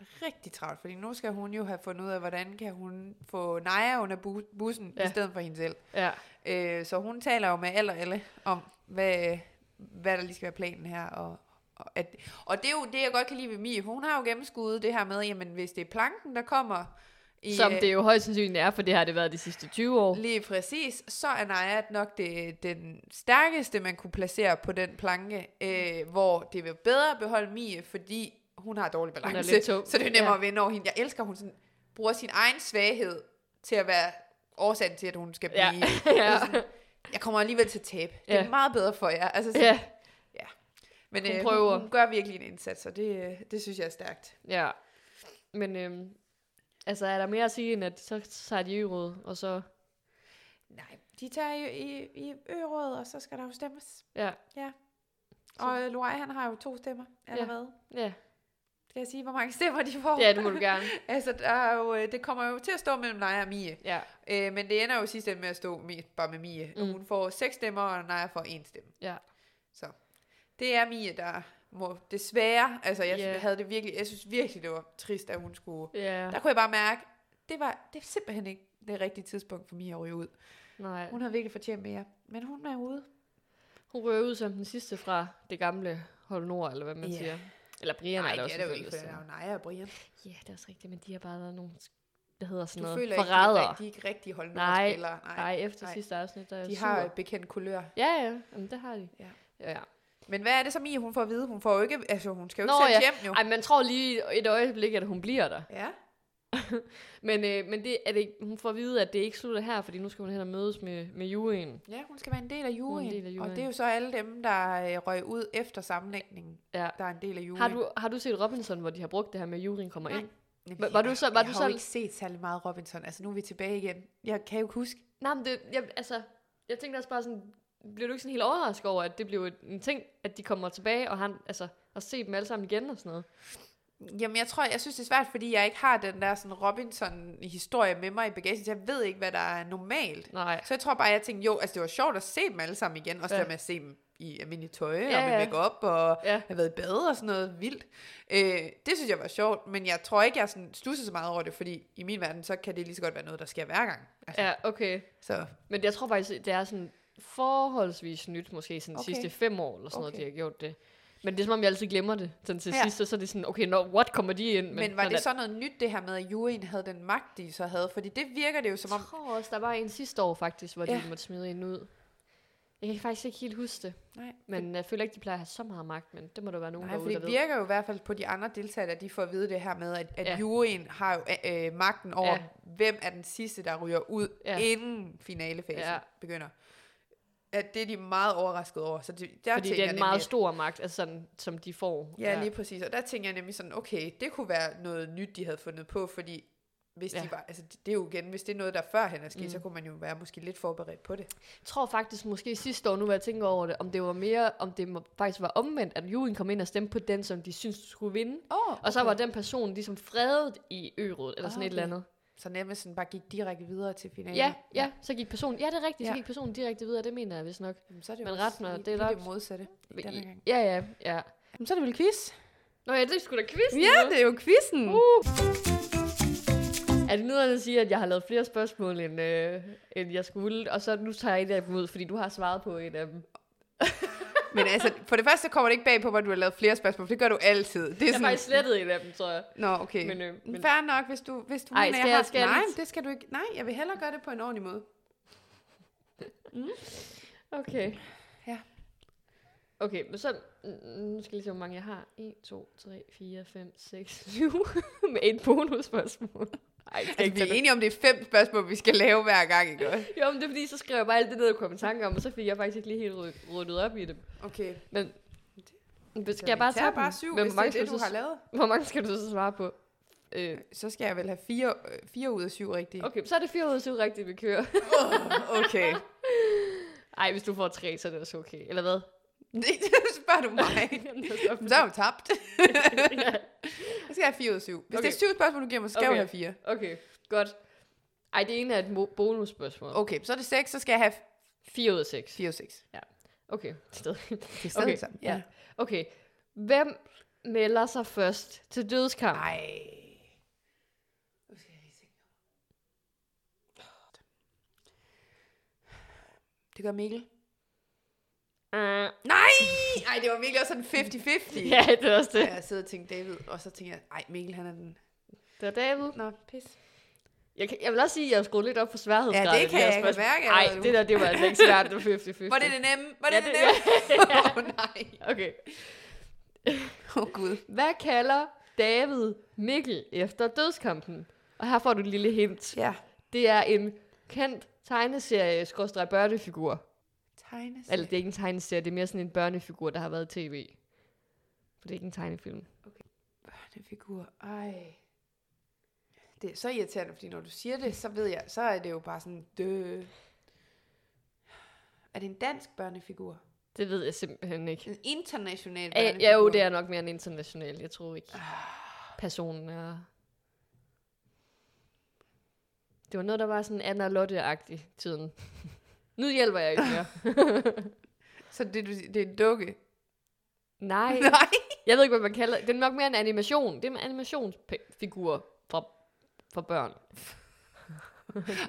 rigtig travlt, fordi nu skal hun jo have fundet ud af, hvordan kan hun få Naja under bu- bussen ja. i
Ja.
stedet for hende selv.
Ja,
Øh, så hun taler jo med alle og alle om, hvad, hvad der lige skal være planen her. Og, og, at, og det er jo det, jeg godt kan lide ved Mie. for Hun har jo gennemskuddet det her med, jamen hvis det er planken, der kommer i,
som
øh,
det jo højst sandsynligt er, for det har det været de sidste 20 år.
lige præcis, så er Naja nok det, den stærkeste, man kunne placere på den planke, øh, hvor det vil bedre at beholde Mie, fordi hun har dårlig
er
balance.
lidt tung.
Så det er nemmere ja.
Ja.
at vinde over hende. Jeg elsker, at hun sådan, bruger sin egen svaghed til at være årsagen til, at hun skal blive.
Ja.
Ja.
ja.
Jeg kommer alligevel til at tabe. Det er
Ja.
meget bedre for jer. Altså, sådan,
ja.
Men
hun
øh,
prøver.
Hun, hun gør virkelig en indsats, og det, øh, det synes jeg er stærkt.
Ja. Men øhm, altså, er der mere at sige, end at så tager de øvrigt, og så...
Nej, de tager jo i, i ørådet, og så skal der jo stemmes.
Ja,
Og øh, Loai, han har jo to stemmer allerede. Ja.
ja.
Skal jeg sige, hvor mange stemmer de får?
ja det må du gerne.
Altså, der er jo, øh, det kommer jo til at stå mellem Naja og Mie.
Ja,
Øh, men det ender jo sidst med at stå mest bare med Mie. Mm.
Mm.
Hun får seks stemmer, og Naja får en stemme.
ja.
Så det er Mie, der må desværre... Altså, jeg yeah.
Ja.
havde det virkelig... Jeg synes virkelig, det var trist, at hun skulle...
Ja,
Der kunne jeg bare mærke, det var det er simpelthen ikke det rigtige tidspunkt for Mie at ryge ud.
nej.
Hun havde virkelig fortjent mere. Men hun er ude.
Hun rører ud som den sidste fra det gamle Hold Nord, eller hvad man
Ja.
siger. Eller Brian
Nej,
er der
det
også
er det jo
en
ikke, for
fælles
der
til.
er jo Naja og Brian.
Ja, det er også rigtigt, men de har bare været nogle, der hedder sådan
Du
noget,
føler
forrædere.
ikke, de er rigtig, ikke rigtige
Nej,
holdnummerspillere. Nej,
Nej, efter
nej.
nej. sidste afsnit, der er jeg
de
sur.
har øh, bekendt kulør.
Ja, ja, Jamen, det har de.
Ja.
ja. ja.
Men hvad er det så Mie, hun får at vide? Hun får jo ikke... Altså, hun skal jo ikke
Nå,
sendes hjem, jo.
Ej, man tror lige et øjeblik, at hun bliver der.
Ja.
Men, øh, men det, er det, ikke- hun får at vide, at det ikke slutter her, fordi nu skal hun hen og mødes med, med juryen.
Ja, hun skal være en del af juryen.
del af
Og
juryen.
det er jo så alle dem, der øh, røg ud efter sammenlægningen,
Ja.
der er en del af juryen.
Har du, har du set Robinson, hvor de har brugt det her med, at juryen kommer
Nej.
ind?
Men
Var- var
jeg-
du så- var
jeg
du
har
så-
jo ikke set særlig meget Robinson. Altså, nu er vi tilbage igen. Jeg kan jo ikke huske.
Nej, men det, jeg, altså, jeg tænkte også bare sådan, bliver du ikke sådan helt overrasket over, at det bliver et- en ting, at de kommer tilbage, og han, altså, og se dem alle sammen igen og sådan noget?
Jamen, jeg tror, jeg synes, det er svært, fordi jeg ikke har den der sådan Robinson-historie med mig i bagagen. Så jeg ved ikke, hvad der er normalt.
Nej.
Så jeg tror bare, jeg tænkte, jo, altså, det var sjovt at se dem alle sammen igen. Også
Ja.
ja. der med at se dem i almindelig tøj ja, og
Ja,
med
ja.
makeup og
Ja.
have været i bad og sådan noget vildt. Øh, det synes jeg var sjovt, men jeg tror ikke, jeg sådan stusser så meget over det, fordi i min verden, så kan det lige så godt være noget, der sker hver gang. Altså,
Ja, okay.
Så
Men jeg tror faktisk, det er sådan forholdsvis nyt, måske sådan de
Okay.
sidste fem år, eller sådan okay. noget,
Okay.
de har gjort det. Men det er som om, jeg altid glemmer det. Sådan til
Ja.
ja. sidst, og så er det sådan, okay, no, what kommer de ind?
Men, men var det
sådan,
så noget nyt, det her med, at juryen havde den magt, de så havde? Fordi det virker det jo som
at-
om...
Jeg tror også, der var en sidste år faktisk, hvor ja.
Ja.
de måtte smide en ud. Jeg kan faktisk ikke helt huske det,
Nej,
men jeg føler ikke, de plejer at have så meget magt, men det må der være nogen
nej for
derude, der
det
ved.
virker jo i hvert fald på de andre deltagere, at de får at vide det her med, at, at ja.
Ja.
juryen har jo øh, øh, magten over, ja.
Ja.
hvem er den sidste, der ryger ud, ja.
Ja.
inden finalefasen ja.
Ja.
begynder. At det er de meget overrasket over. Så det, der
Fordi det
tænker
er
jeg
en meget
nemlig,
stor magt, altså sådan, som de får.
at- Ja, lige præcis. Og der tænker jeg nemlig sådan, okay, det kunne være noget nyt, de havde fundet på, fordi hvis ja.
Ja.
de var, altså det- det er jo igen, hvis det er noget, der førhen er sket, mm.
Mm.
så kunne man jo være måske lidt forberedt på det.
Jeg tror faktisk måske sidste år, nu hvor jeg tænker over det, om det var mere, om det må- faktisk var omvendt, at juryen kom ind og stemte på den, som de synes skulle vinde.
Oh, okay.
Og så var den person ligesom fredet i ørådet, eller
Ah,
sådan et eller
okay.
andet.
Så nærmest sådan bare gik direkte videre til finalen.
Ja, ja, så gik personen, ja det er rigtigt, ja.
Ja.
så gik personen direkte videre, det mener jeg vist nok.
Jamen, så er det
Men
også
ret mig,
lige-
det er
lige
nok-
det modsatte. i denne
I-
gang.
Ja, ja, ja.
Jamen, så er det vel quiz?
Nå ja, det skulle da quizzen.
Ja,
jo.
det er jo quizzen.
Uh. Er det nederen at sige, at jeg har lavet flere spørgsmål, end, øh, end jeg skulle, og så nu tager jeg et af dem ud, fordi du har svaret på et af dem.
Men altså, for det første kommer det ikke bag på, hvor du har lavet flere spørgsmål, for det gør du altid. Det er
Jeg har faktisk slettet en af dem, tror jeg.
Nå, okay.
Men,
Men,
øh, men
men... Fair nok, hvis du, hvis du
Ej,
mener,
skal
jeg
jeg-
har...
skal jeg
nej,
lige-
men det skal du ikke. Nej, jeg vil hellere gøre det på en ordentlig måde.
okay.
Ja.
Okay, men så... mm, Nu skal jeg lige se, hvor mange jeg har. 1, 2, 3, 4, 5, 6, 7. Med et bonusspørgsmål. Nej, det skal
Altså,
ikke
vi
tage
er enige om, det er fem spørgsmål, vi skal lave hver gang, ikke? også?
Jo, men det er fordi, så skrev jeg bare alt det ned, jeg kom i tanke om, og så fik jeg faktisk ikke lige helt ryd- ryddet op i det.
Okay.
Men
Så
skal jeg
vi
bare
tager
tage dem?
bare syv,
Men
hvis
hvor mange
det er det,
skal
du
så-
har lavet.
Hvor mange skal du så svare på? Øh,
Så skal jeg vel have fire, øh, fire ud af syv rigtige.
okay, så er det 4 ud af 7 rigtigt, vi kører.
Okay.
Ej, hvis du får 3, så er det også okay. Eller hvad?
så spørger du mig.
Jamen, det er så-
Men Så er jeg jo tabt.
Ja,
Så skal jeg have fire ud af syv. Hvis okay.
Okay.
det er syv spørgsmål, du giver mig, så skal okay. jeg
Okay.
jo have fire.
okay, godt. Ej, det ene er et mo- bonusspørgsmål.
Okay, så er det seks, så skal jeg have
4 ud af 6.
fire ud af seks.
Okay, stadig.
Det er stadig
Okay,
det samme.
ja. Okay, hvem melder sig først til dødskamp?
Ej. Det gør Mikkel.
Uh,
Nej! Ej, det var virkelig også sådan 50-50.
ja, det er også det.
Jeg sidder og tænkte David, og så tænker jeg, ej, Mikkel, han er den...
Det er David.
Nå, pis.
Jeg, kan, jeg vil også sige, at jeg har skruet lidt op for sværhedsgraden.
Ja, det kan jeg ikke mærke
Nej,
allerede nu.
det der, det var altså ikke svært. Det var 50-50.
Var det det nemme? Var det
Ja,
det,
det-
nemme? Åh, oh, nej.
Okay.
Åh, oh, Gud.
Hvad kalder David Mikkel efter dødskampen? Og her får du et lille hint.
Ja.
Det er en kendt tegneserie skorstræk børnefigur.
Tegnes.
Eller det er ikke en tegneserie, det er mere sådan en børnefigur, der har været i tv. For det er ikke en tegnefilm.
Børnefigur. Ej. Det er så irriterende, fordi når du siger det, så ved jeg, så er det jo bare sådan, dø. Er det en dansk børnefigur?
Det ved jeg simpelthen ikke.
En international
Æ,
børnefigur?
ja, jo, det er nok mere en international. Jeg tror ikke, personen er... Det var noget, der var sådan Anna Lotte-agtig tiden. nu hjælper jeg ikke mere.
Så det, du siger, det er en dukke?
Nej,
Nej.
jeg ved ikke, hvad man kalder det. Det er nok mere en animation. Det er en animationsfigur for, for børn.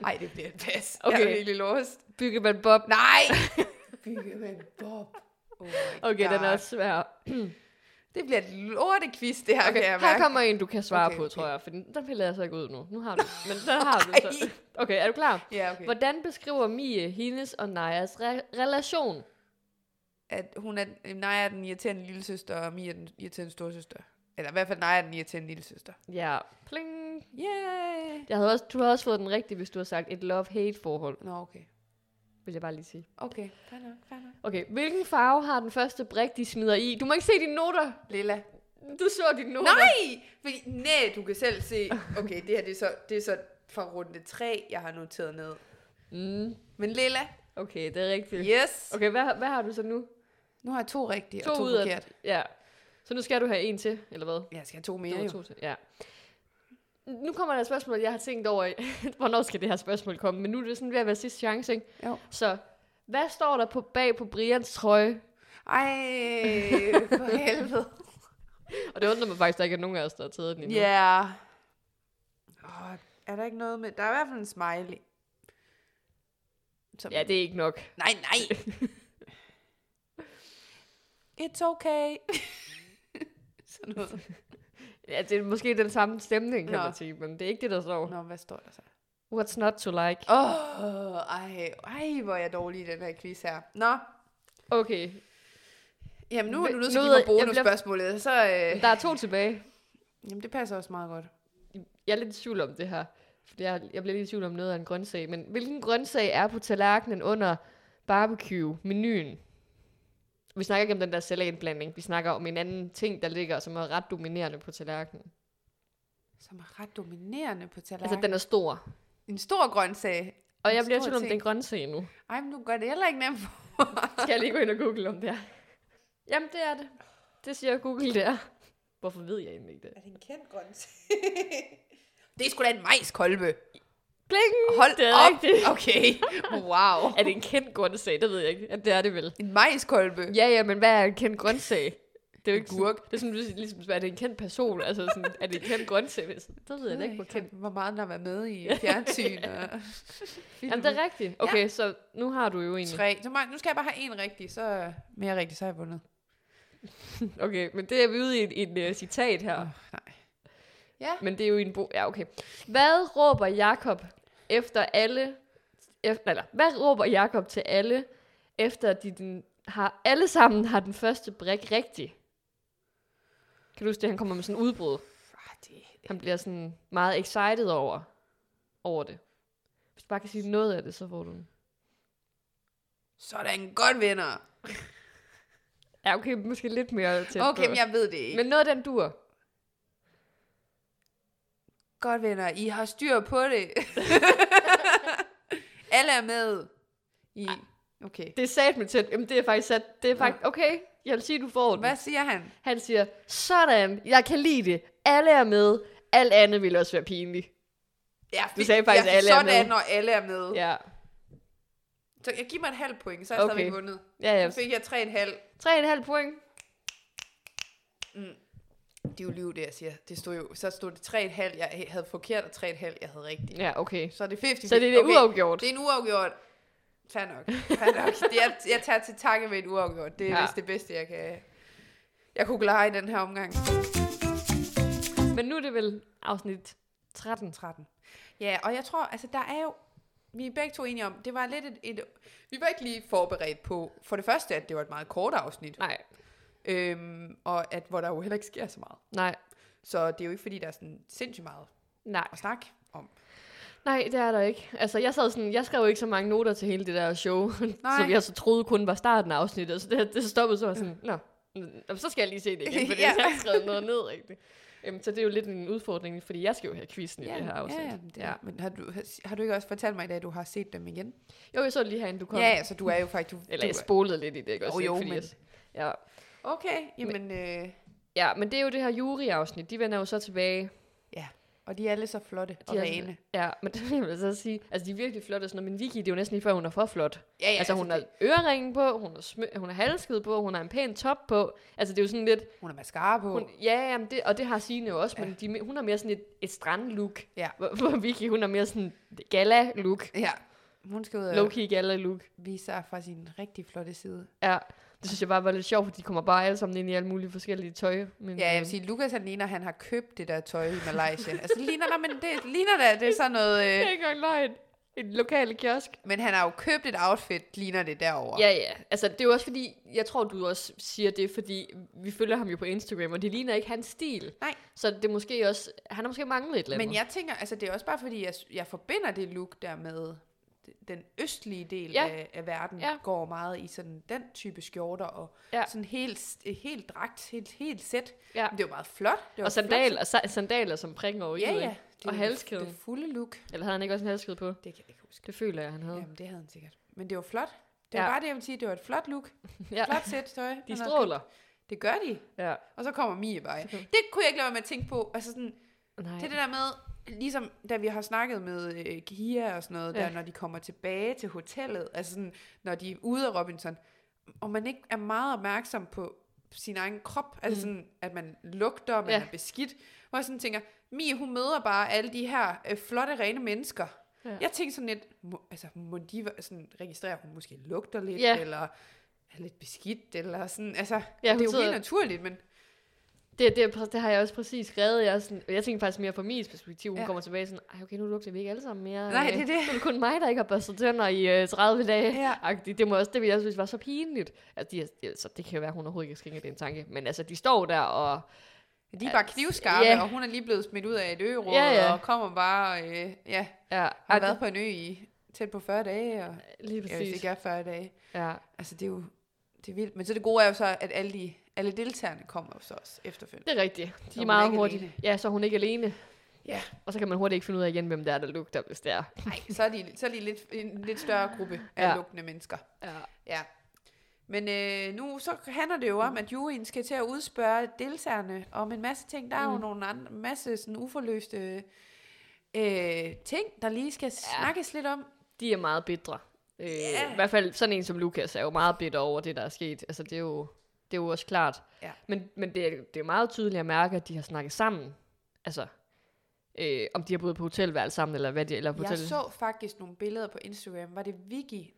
Nej, det bliver et pas. Okay. Jeg
Okay.
er virkelig lost.
Bygge man Bob.
Nej! Bygge med en bob. Oh my
Okay, den er
God.
også svær.
Det bliver et lortequiz, det her,
Okay,
kan jeg
her
mærke.
kommer en, du kan svare
Okay,
okay, på,
okay.
tror jeg. For den, den piller jeg så ikke ud nu. Nu har du, men den har du så. Okay, er du klar?
Ja, okay.
Hvordan beskriver Mie hendes og Najas re- relation?
at hun er, Naja er den irriterende lille søster, og Mia er den irriterende storesøster. Eller i hvert fald Naja er den irriterende lille søster.
Ja, pling.
Yay!
Jeg havde også, du har også fået den rigtige, hvis du har sagt et love-hate forhold,
Nå, okay.
vil jeg bare lige sige.
Okay, fair nok, fair nok.
Okay, hvilken farve har den første brik, de smider i? Du må ikke se dine noter.
Lilla.
Du så dine noter.
Nej! Fordi, nej, du kan selv se. Okay, det her det er, så, det er så fra runde 3, jeg har noteret ned.
Mm,
Men Lilla,
okay, det er rigtigt.
yes! Okay.
Okay, hvad, hvad har du så nu?
Nu har jeg to rigtige
To
og to
ud af-
forkert.
Ja. Så nu skal du have en til, eller hvad?
Jeg skal have to
Du
mere
har
jo.
to til. Ja. Nu kommer der et spørgsmål, jeg har tænkt over, hvornår skal det her spørgsmål komme, men nu er det sådan ved at være sidste chance, ikke?
jo.
Så, hvad står der på bag på Brians trøje?
Ej, for helvede.
Og det undrer mig faktisk, at der ikke er nogen af os, der har taget den endnu.
Ja. Yeah. Oh, er der ikke noget med... Der er i hvert fald en smiley. Som
ja, det er ikke nok.
Nej, nej. It's okay. Sådan noget.
Ja, det er måske den samme stemning, kan
Nå.
man sige, men det er ikke det, der står.
Nå, hvad står der så?
What's not to like?
Åh, oh, ej, ej, hvor er jeg dårlig i den her quiz her. Nå,
Okay,
jamen nu er du
Men
nødt til at
nu
give mig
ved jeg- jeg bliver-
bonusspørgsmålet, så... Øh,
der er to tilbage.
jamen, det passer også meget godt.
Jeg er lidt i tvivl om det her. Fordi jeg, jeg bliver lidt i tvivl om noget af en grøntsag. Men hvilken grøntsag er på tallerkenen under barbecue-menuen? Vi snakker ikke om den der salatblanding. Vi snakker om en anden ting, der ligger, som er ret dominerende på tallerkenen.
Som er ret dominerende på tallerkenen.
Altså, den er stor.
En stor grøntsag.
Og
En
jeg bliver i
stor
tvivl om, det er en
ting.
grøntsag nu.
Ej, men du gør det heller ikke nemt for mig.
Skal jeg lige gå ind og google om det er? Jamen, det er det. Det siger Google, det er. Hvorfor ved jeg egentlig ikke det?
Er det en kendt grøntsag? det er sgu da en majskolbe.
Bling!
Hold
det er
op.
rigtigt.
Okay, wow.
Er det en kendt grøntsag? Det ved jeg ikke. Ja, det er det vel.
En majskolbe?
Ja, ja, men hvad er en kendt grøntsag? Det er jo ikke
Agurk.
Sådan, det er sådan, du ligesom spørger, er det en kendt person? Altså sådan, er det en kendt grøntsag? Så så ved jeg da ikke, hvor
Jeg ved
kendt.
hvor meget den har været med i fjernsyn og film.
Jamen, det er rigtigt. Okay, ja. så nu har du jo egentlig.
Tre. Så meget, nu skal jeg bare have en rigtig, så mere rigtig, så har jeg vundet.
Okay, men det er vi ude i et, et uh, citat her.
Åh, nej. Ja.
Men det er jo i en bog. Ja, okay. Hvad råber Jakob efter alle... Efter, eller, hvad råber Jakob til alle, efter de den, har, alle sammen har den første brik rigtig? Kan du huske det, han kommer med sådan en udbrud?
Ah, det-
Han bliver sådan meget excited over, over det. Hvis du bare kan sige noget af det, så får du den.
Sådan, godt vinder.
Ja, okay, måske lidt mere tæt
Okay,
på.
men jeg ved det ikke.
Men noget af den dur.
Godt venner, I har styr på det. Alle er med. I... Okay.
Det er sat med tæt. Jamen, det er faktisk sat. Det er faktisk... Okay, jeg vil sige, du får den.
Hvad siger han?
Han siger, sådan, jeg kan lide det. Alle er med. Alt andet ville også være pinligt.
Ja,
Du sagde faktisk,
jeg,
alle er
sådan,
med.
når alle er med. Ja.
Ja.
Så jeg giver mig et halvt point, så har jeg
Okay.
stadigvæk vundet.
Ja, ja.
Så fik jeg tre et halvt.
Tre og en halv point.
Det er jo liv, det jeg siger. Det stod jo, så stod det tre et halvt, jeg havde forkert, og tre et halvt, jeg havde rigtigt.
Ja, okay.
Så er det 50
Så det er det okay. uafgjort.
Det er en uafgjort. Fair nok. Fair nok. Det er, jeg tager til takke med et uafgjort. Det er
Ja.
ja. vist det bedste, jeg kan... Jeg kunne klare i den her omgang.
Men nu er det vel afsnit 13.
13. Ja, og jeg tror, altså der er jo, vi er begge to enige om, det var lidt et, et vi var ikke lige forberedt på, for det første, at det var et meget kort afsnit,
Nej,
øhm, og at hvor der jo heller ikke sker så meget.
nej,
Så det er jo ikke, fordi der er sådan sindssygt meget
nej.
at snakke om.
Nej, det er der ikke. Altså, jeg, sad sådan, jeg skrev jo ikke så mange noter til hele det der show,
Nej.
som jeg så troede kun var starten af afsnittet. Så det, det stoppede så var jeg sådan, nå, nå, så skal jeg lige se det igen, fordi
Ja.
jeg har ikke skrevet noget ned rigtigt. Øhm, så det er jo lidt en udfordring, fordi jeg skal jo have quizzen i det her afsnit.
ja, det, ja. Men har du, har du ikke også fortalt mig i dag, at du har set dem igen?
Jo, jeg så det lige herinde, du kom.
Ja, ja, så du er jo faktisk... Du,
Eller jeg
du, er-
spolede lidt i det, ikke?
Jo,
Også, ikke?
jo,
fordi
men-
jeg- ja.
okay, jamen... Øh,
ja, men det er jo det her juryafsnit. De vender jo så tilbage.
og de er alle så flotte og
De er
rene.
Ja, men det vil jeg så sige. Altså, de er virkelig flotte og sådan noget, men Vicky, det er jo næsten lige før, hun er for flot.
Ja, ja,
altså, hun har
det-
øreringen på, hun har, smø- hun har halskede på, hun har en pæn top på. Altså, det er jo sådan lidt...
hun har mascara på.
Hun, ja, jamen det, og det har Signe jo også, men de, er me- hun har mere sådan et, et strandlook.
Ja.
Hvor, hvor Vicky, hun har mere sådan gala-look.
Ja, hun skal ud og
Low-key gala-look.
vise sig fra sin rigtig flotte side.
Ja, det synes jeg bare var lidt sjovt, for de kommer bare alle sammen ind i alle mulige forskellige tøj. Men,
Ja, jeg
øh,
vil sige, Lukas han ligner, han har købt det der tøj i Malaysia. altså, det ligner, nej, men det ligner da, det er sådan noget...
Det er
Øh,
ikke engang løgn. En lokal kiosk.
men han har jo købt et outfit, ligner det derovre.
Ja, ja. Altså, det er jo også fordi, jeg tror, du også siger det, fordi vi følger ham jo på Instagram, og det ligner ikke hans stil.
Nej.
Så det er måske også, han har måske manglet et eller andet.
men jeg tænker, altså det er også bare fordi, jeg, jeg forbinder det look der med den østlige del
Ja.
ja. af, af verden
Ja.
ja. går meget i sådan den type skjorter og
Ja.
ja. sådan helt, helt dragt, helt, helt sæt.
Ja.
Men Det er jo meget flot. Det var
og
et flot
sandal, og sa- sandaler som prikker over
Ja,
i,
ja. Det er
Og
jo
halskæden.
Det fulde look.
Eller havde han ikke også en halskede på?
Det kan jeg ikke huske.
Det føler jeg, han havde.
Jamen, det havde han sikkert. Men det var flot. Det var
Ja.
bare det, jeg vil sige. Det var et flot look.
Ja.
Flot sæt tøj. han
De
havde
stråler.
købt. Det gør de.
Ja.
Og så kommer Mie bare. ind. Det kunne jeg ikke lade være med at tænke på. Altså sådan,
Nej.
det er det der med, ligesom da vi har snakket med øh, Kia og sådan noget, ja.
Ja.
der, når de kommer tilbage til hotellet, altså sådan, når de er ude af Robinson, og man ikke er meget opmærksom på sin egen krop, altså sådan, at man lugter, man
Mm. Ja.
ja. er beskidt, hvor jeg sådan tænker, Mie, hun møder bare alle de her øh, flotte, rene mennesker.
Ja.
Ja. Jeg tænkte sådan lidt, må, altså, må de være- sådan, registrere, at hun måske lugter lidt,
Ja.
ja. eller er lidt beskidt, eller sådan, altså,
Ja,
ja,
hun
det er jo
sidder-
helt naturligt, men
Det, det, er præ- det har jeg også præcis skrevet. Jeg, er sådan, jeg tænker faktisk mere fra min perspektiv. Hun ja.
Ja.
kommer tilbage sådan, Ej, okay, nu lugter vi ikke alle sammen mere.
Nej,
Øh,
det er det.
Nu er det kun mig, der ikke har børstet tænder i øh, 30 dage.
Ja.
-agtigt. Det, må også, det vil jeg synes var så pinligt. Altså, de, er- det, så det kan jo være, hun overhovedet ikke skænker den tanke. Men altså, de står der, og
De er bare knivskarpe,
ja.
yeah. og hun er lige blevet smidt ud af et øråd,
Ja,
ja,
ja.
ja. og kommer bare, øh, ja,
ja,
har
ja,
været på en ø i tæt på 40 dage, og
det- lige
jeg ved
præcis.
ikke, er 40 dage.
Ja.
Altså, det er jo det er vildt. Men så det gode er jo så, at alle, de, alle deltagerne kommer jo så også efterfølgende.
Det er rigtigt. De
Så
er
hun er
meget
ikke
hurtige.
alene.
Ja, så er hun ikke alene.
Ja.
Og så kan man hurtigt ikke finde ud af igen, hvem der er, der lugter, hvis det er.
Nej, så er de, så er de lidt, en lidt større gruppe af
Ja.
ja. lugtende mennesker.
Ja.
Ja. Men øh, nu så handler det jo om, at juryen skal til at udspørge deltagerne om en masse ting. Der er jo
Mm.
nogle andre, masse sådan uforløste øh, ting, der lige skal
Ja.
snakkes lidt om.
De er meget bitre. Øh,
Ja.
I hvert fald sådan en som Lukas er jo meget bitter over det, der er sket. Altså, det er jo, det er jo også klart.
Ja.
Men, men det, er, det er meget tydeligt at mærke, at de har snakket sammen. Altså, øh, om de har boet på hotelværelse sammen, eller hvad de, eller på
Jeg
hotel.
så faktisk nogle billeder på Instagram. Var det Vicky,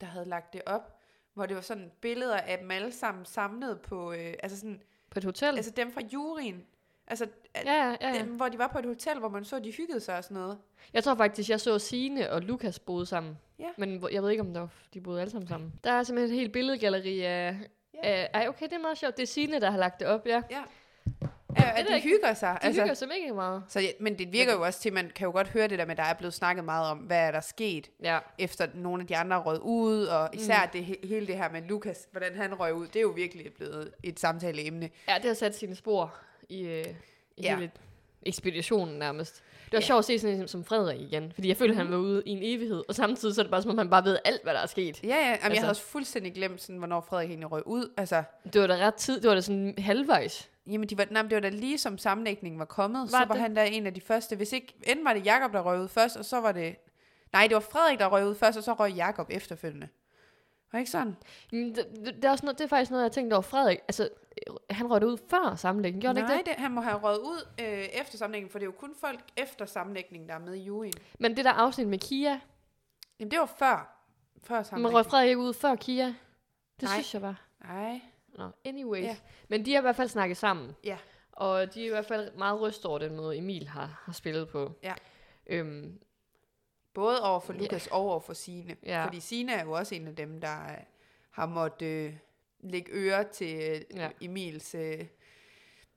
der havde lagt det op? Hvor det var sådan billeder af dem alle sammen samlet på... Øh, altså, sådan,
På et hotel?
altså øh, dem fra juryen. Altså, at,
ja, ja, ja.
Dem, hvor de var på et hotel, hvor man så, at de hyggede sig og sådan noget.
Jeg tror faktisk, jeg så Sine og Lukas boede sammen.
Ja.
Men hvor- jeg ved ikke, om der var, de boede alle sammen sammen. Der er simpelthen et helt billedgalleri af...
Ja.
af ej, okay, det er meget sjovt. Det er Sine, der har lagt det op, ja.
Ja, Øh, at
da
de
ikke-
hygger sig.
De altså, hygger sig mega meget.
Så, ja, men det virker jo også til, at man kan jo godt høre det der med, at der er blevet snakket meget om, hvad er der sket,
Ja.
efter nogle af de andre rød ud, og især mm. det, he- hele det her med Lukas, hvordan han røg ud, det er jo virkelig blevet et samtaleemne.
ja, det har sat sine spor i, øh, i
Ja.
ja. hele ekspeditionen nærmest. Det var
Ja. Mhm.
sjovt at se sådan en som Frederik igen, fordi jeg følte, han var ude i en evighed, og samtidig så er det bare som om, han bare ved alt, hvad der er sket.
Ja, ja, Jamen, altså, jeg
Altså-
havde også fuldstændig glemt, sådan, hvornår Frederik egentlig røg ud. Altså,
Det var da ret tid, det var da sådan halvvejs.
jamen, de var, nej, men det var da lige som sammenlægningen var kommet, var så
Var
var
det?
han da en af de første. Hvis ikke, enten var det Jakob der røg ud først, og så var det... Nej, det var Frederik, der røg ud først, og så røg Jakob efterfølgende. Var det ikke sådan?
Men det, det, det, er også noget, det er faktisk noget, jeg tænkte over. Frederik, altså, øh, han røg ud før sammenlægningen, gjorde han
Nej,
ikke det?
det? han må have røget ud øh, efter sammenlægningen, for det er jo kun folk efter sammenlægningen, der er med i juryen.
Men det der afsnit med Kia,
Jamen, det var før. Før
Man røg
sammenlægningen.
Frederik ikke ud før Kia. Det
Nej.
Nej. synes jeg var.
Nej.
Nå, anyways.
Ja.
Ja. Men de har i hvert fald snakket sammen.
Ja.
Og de er i hvert fald meget rystet over den måde, Emil har, har spillet på.
Ja.
Øhm,
Både over for
Ja.
Lukas og over for Sine.
Ja.
Fordi Sine er jo også en af dem, der øh, har måttet øh, lægge øre til øh,
Ja.
Emils øh,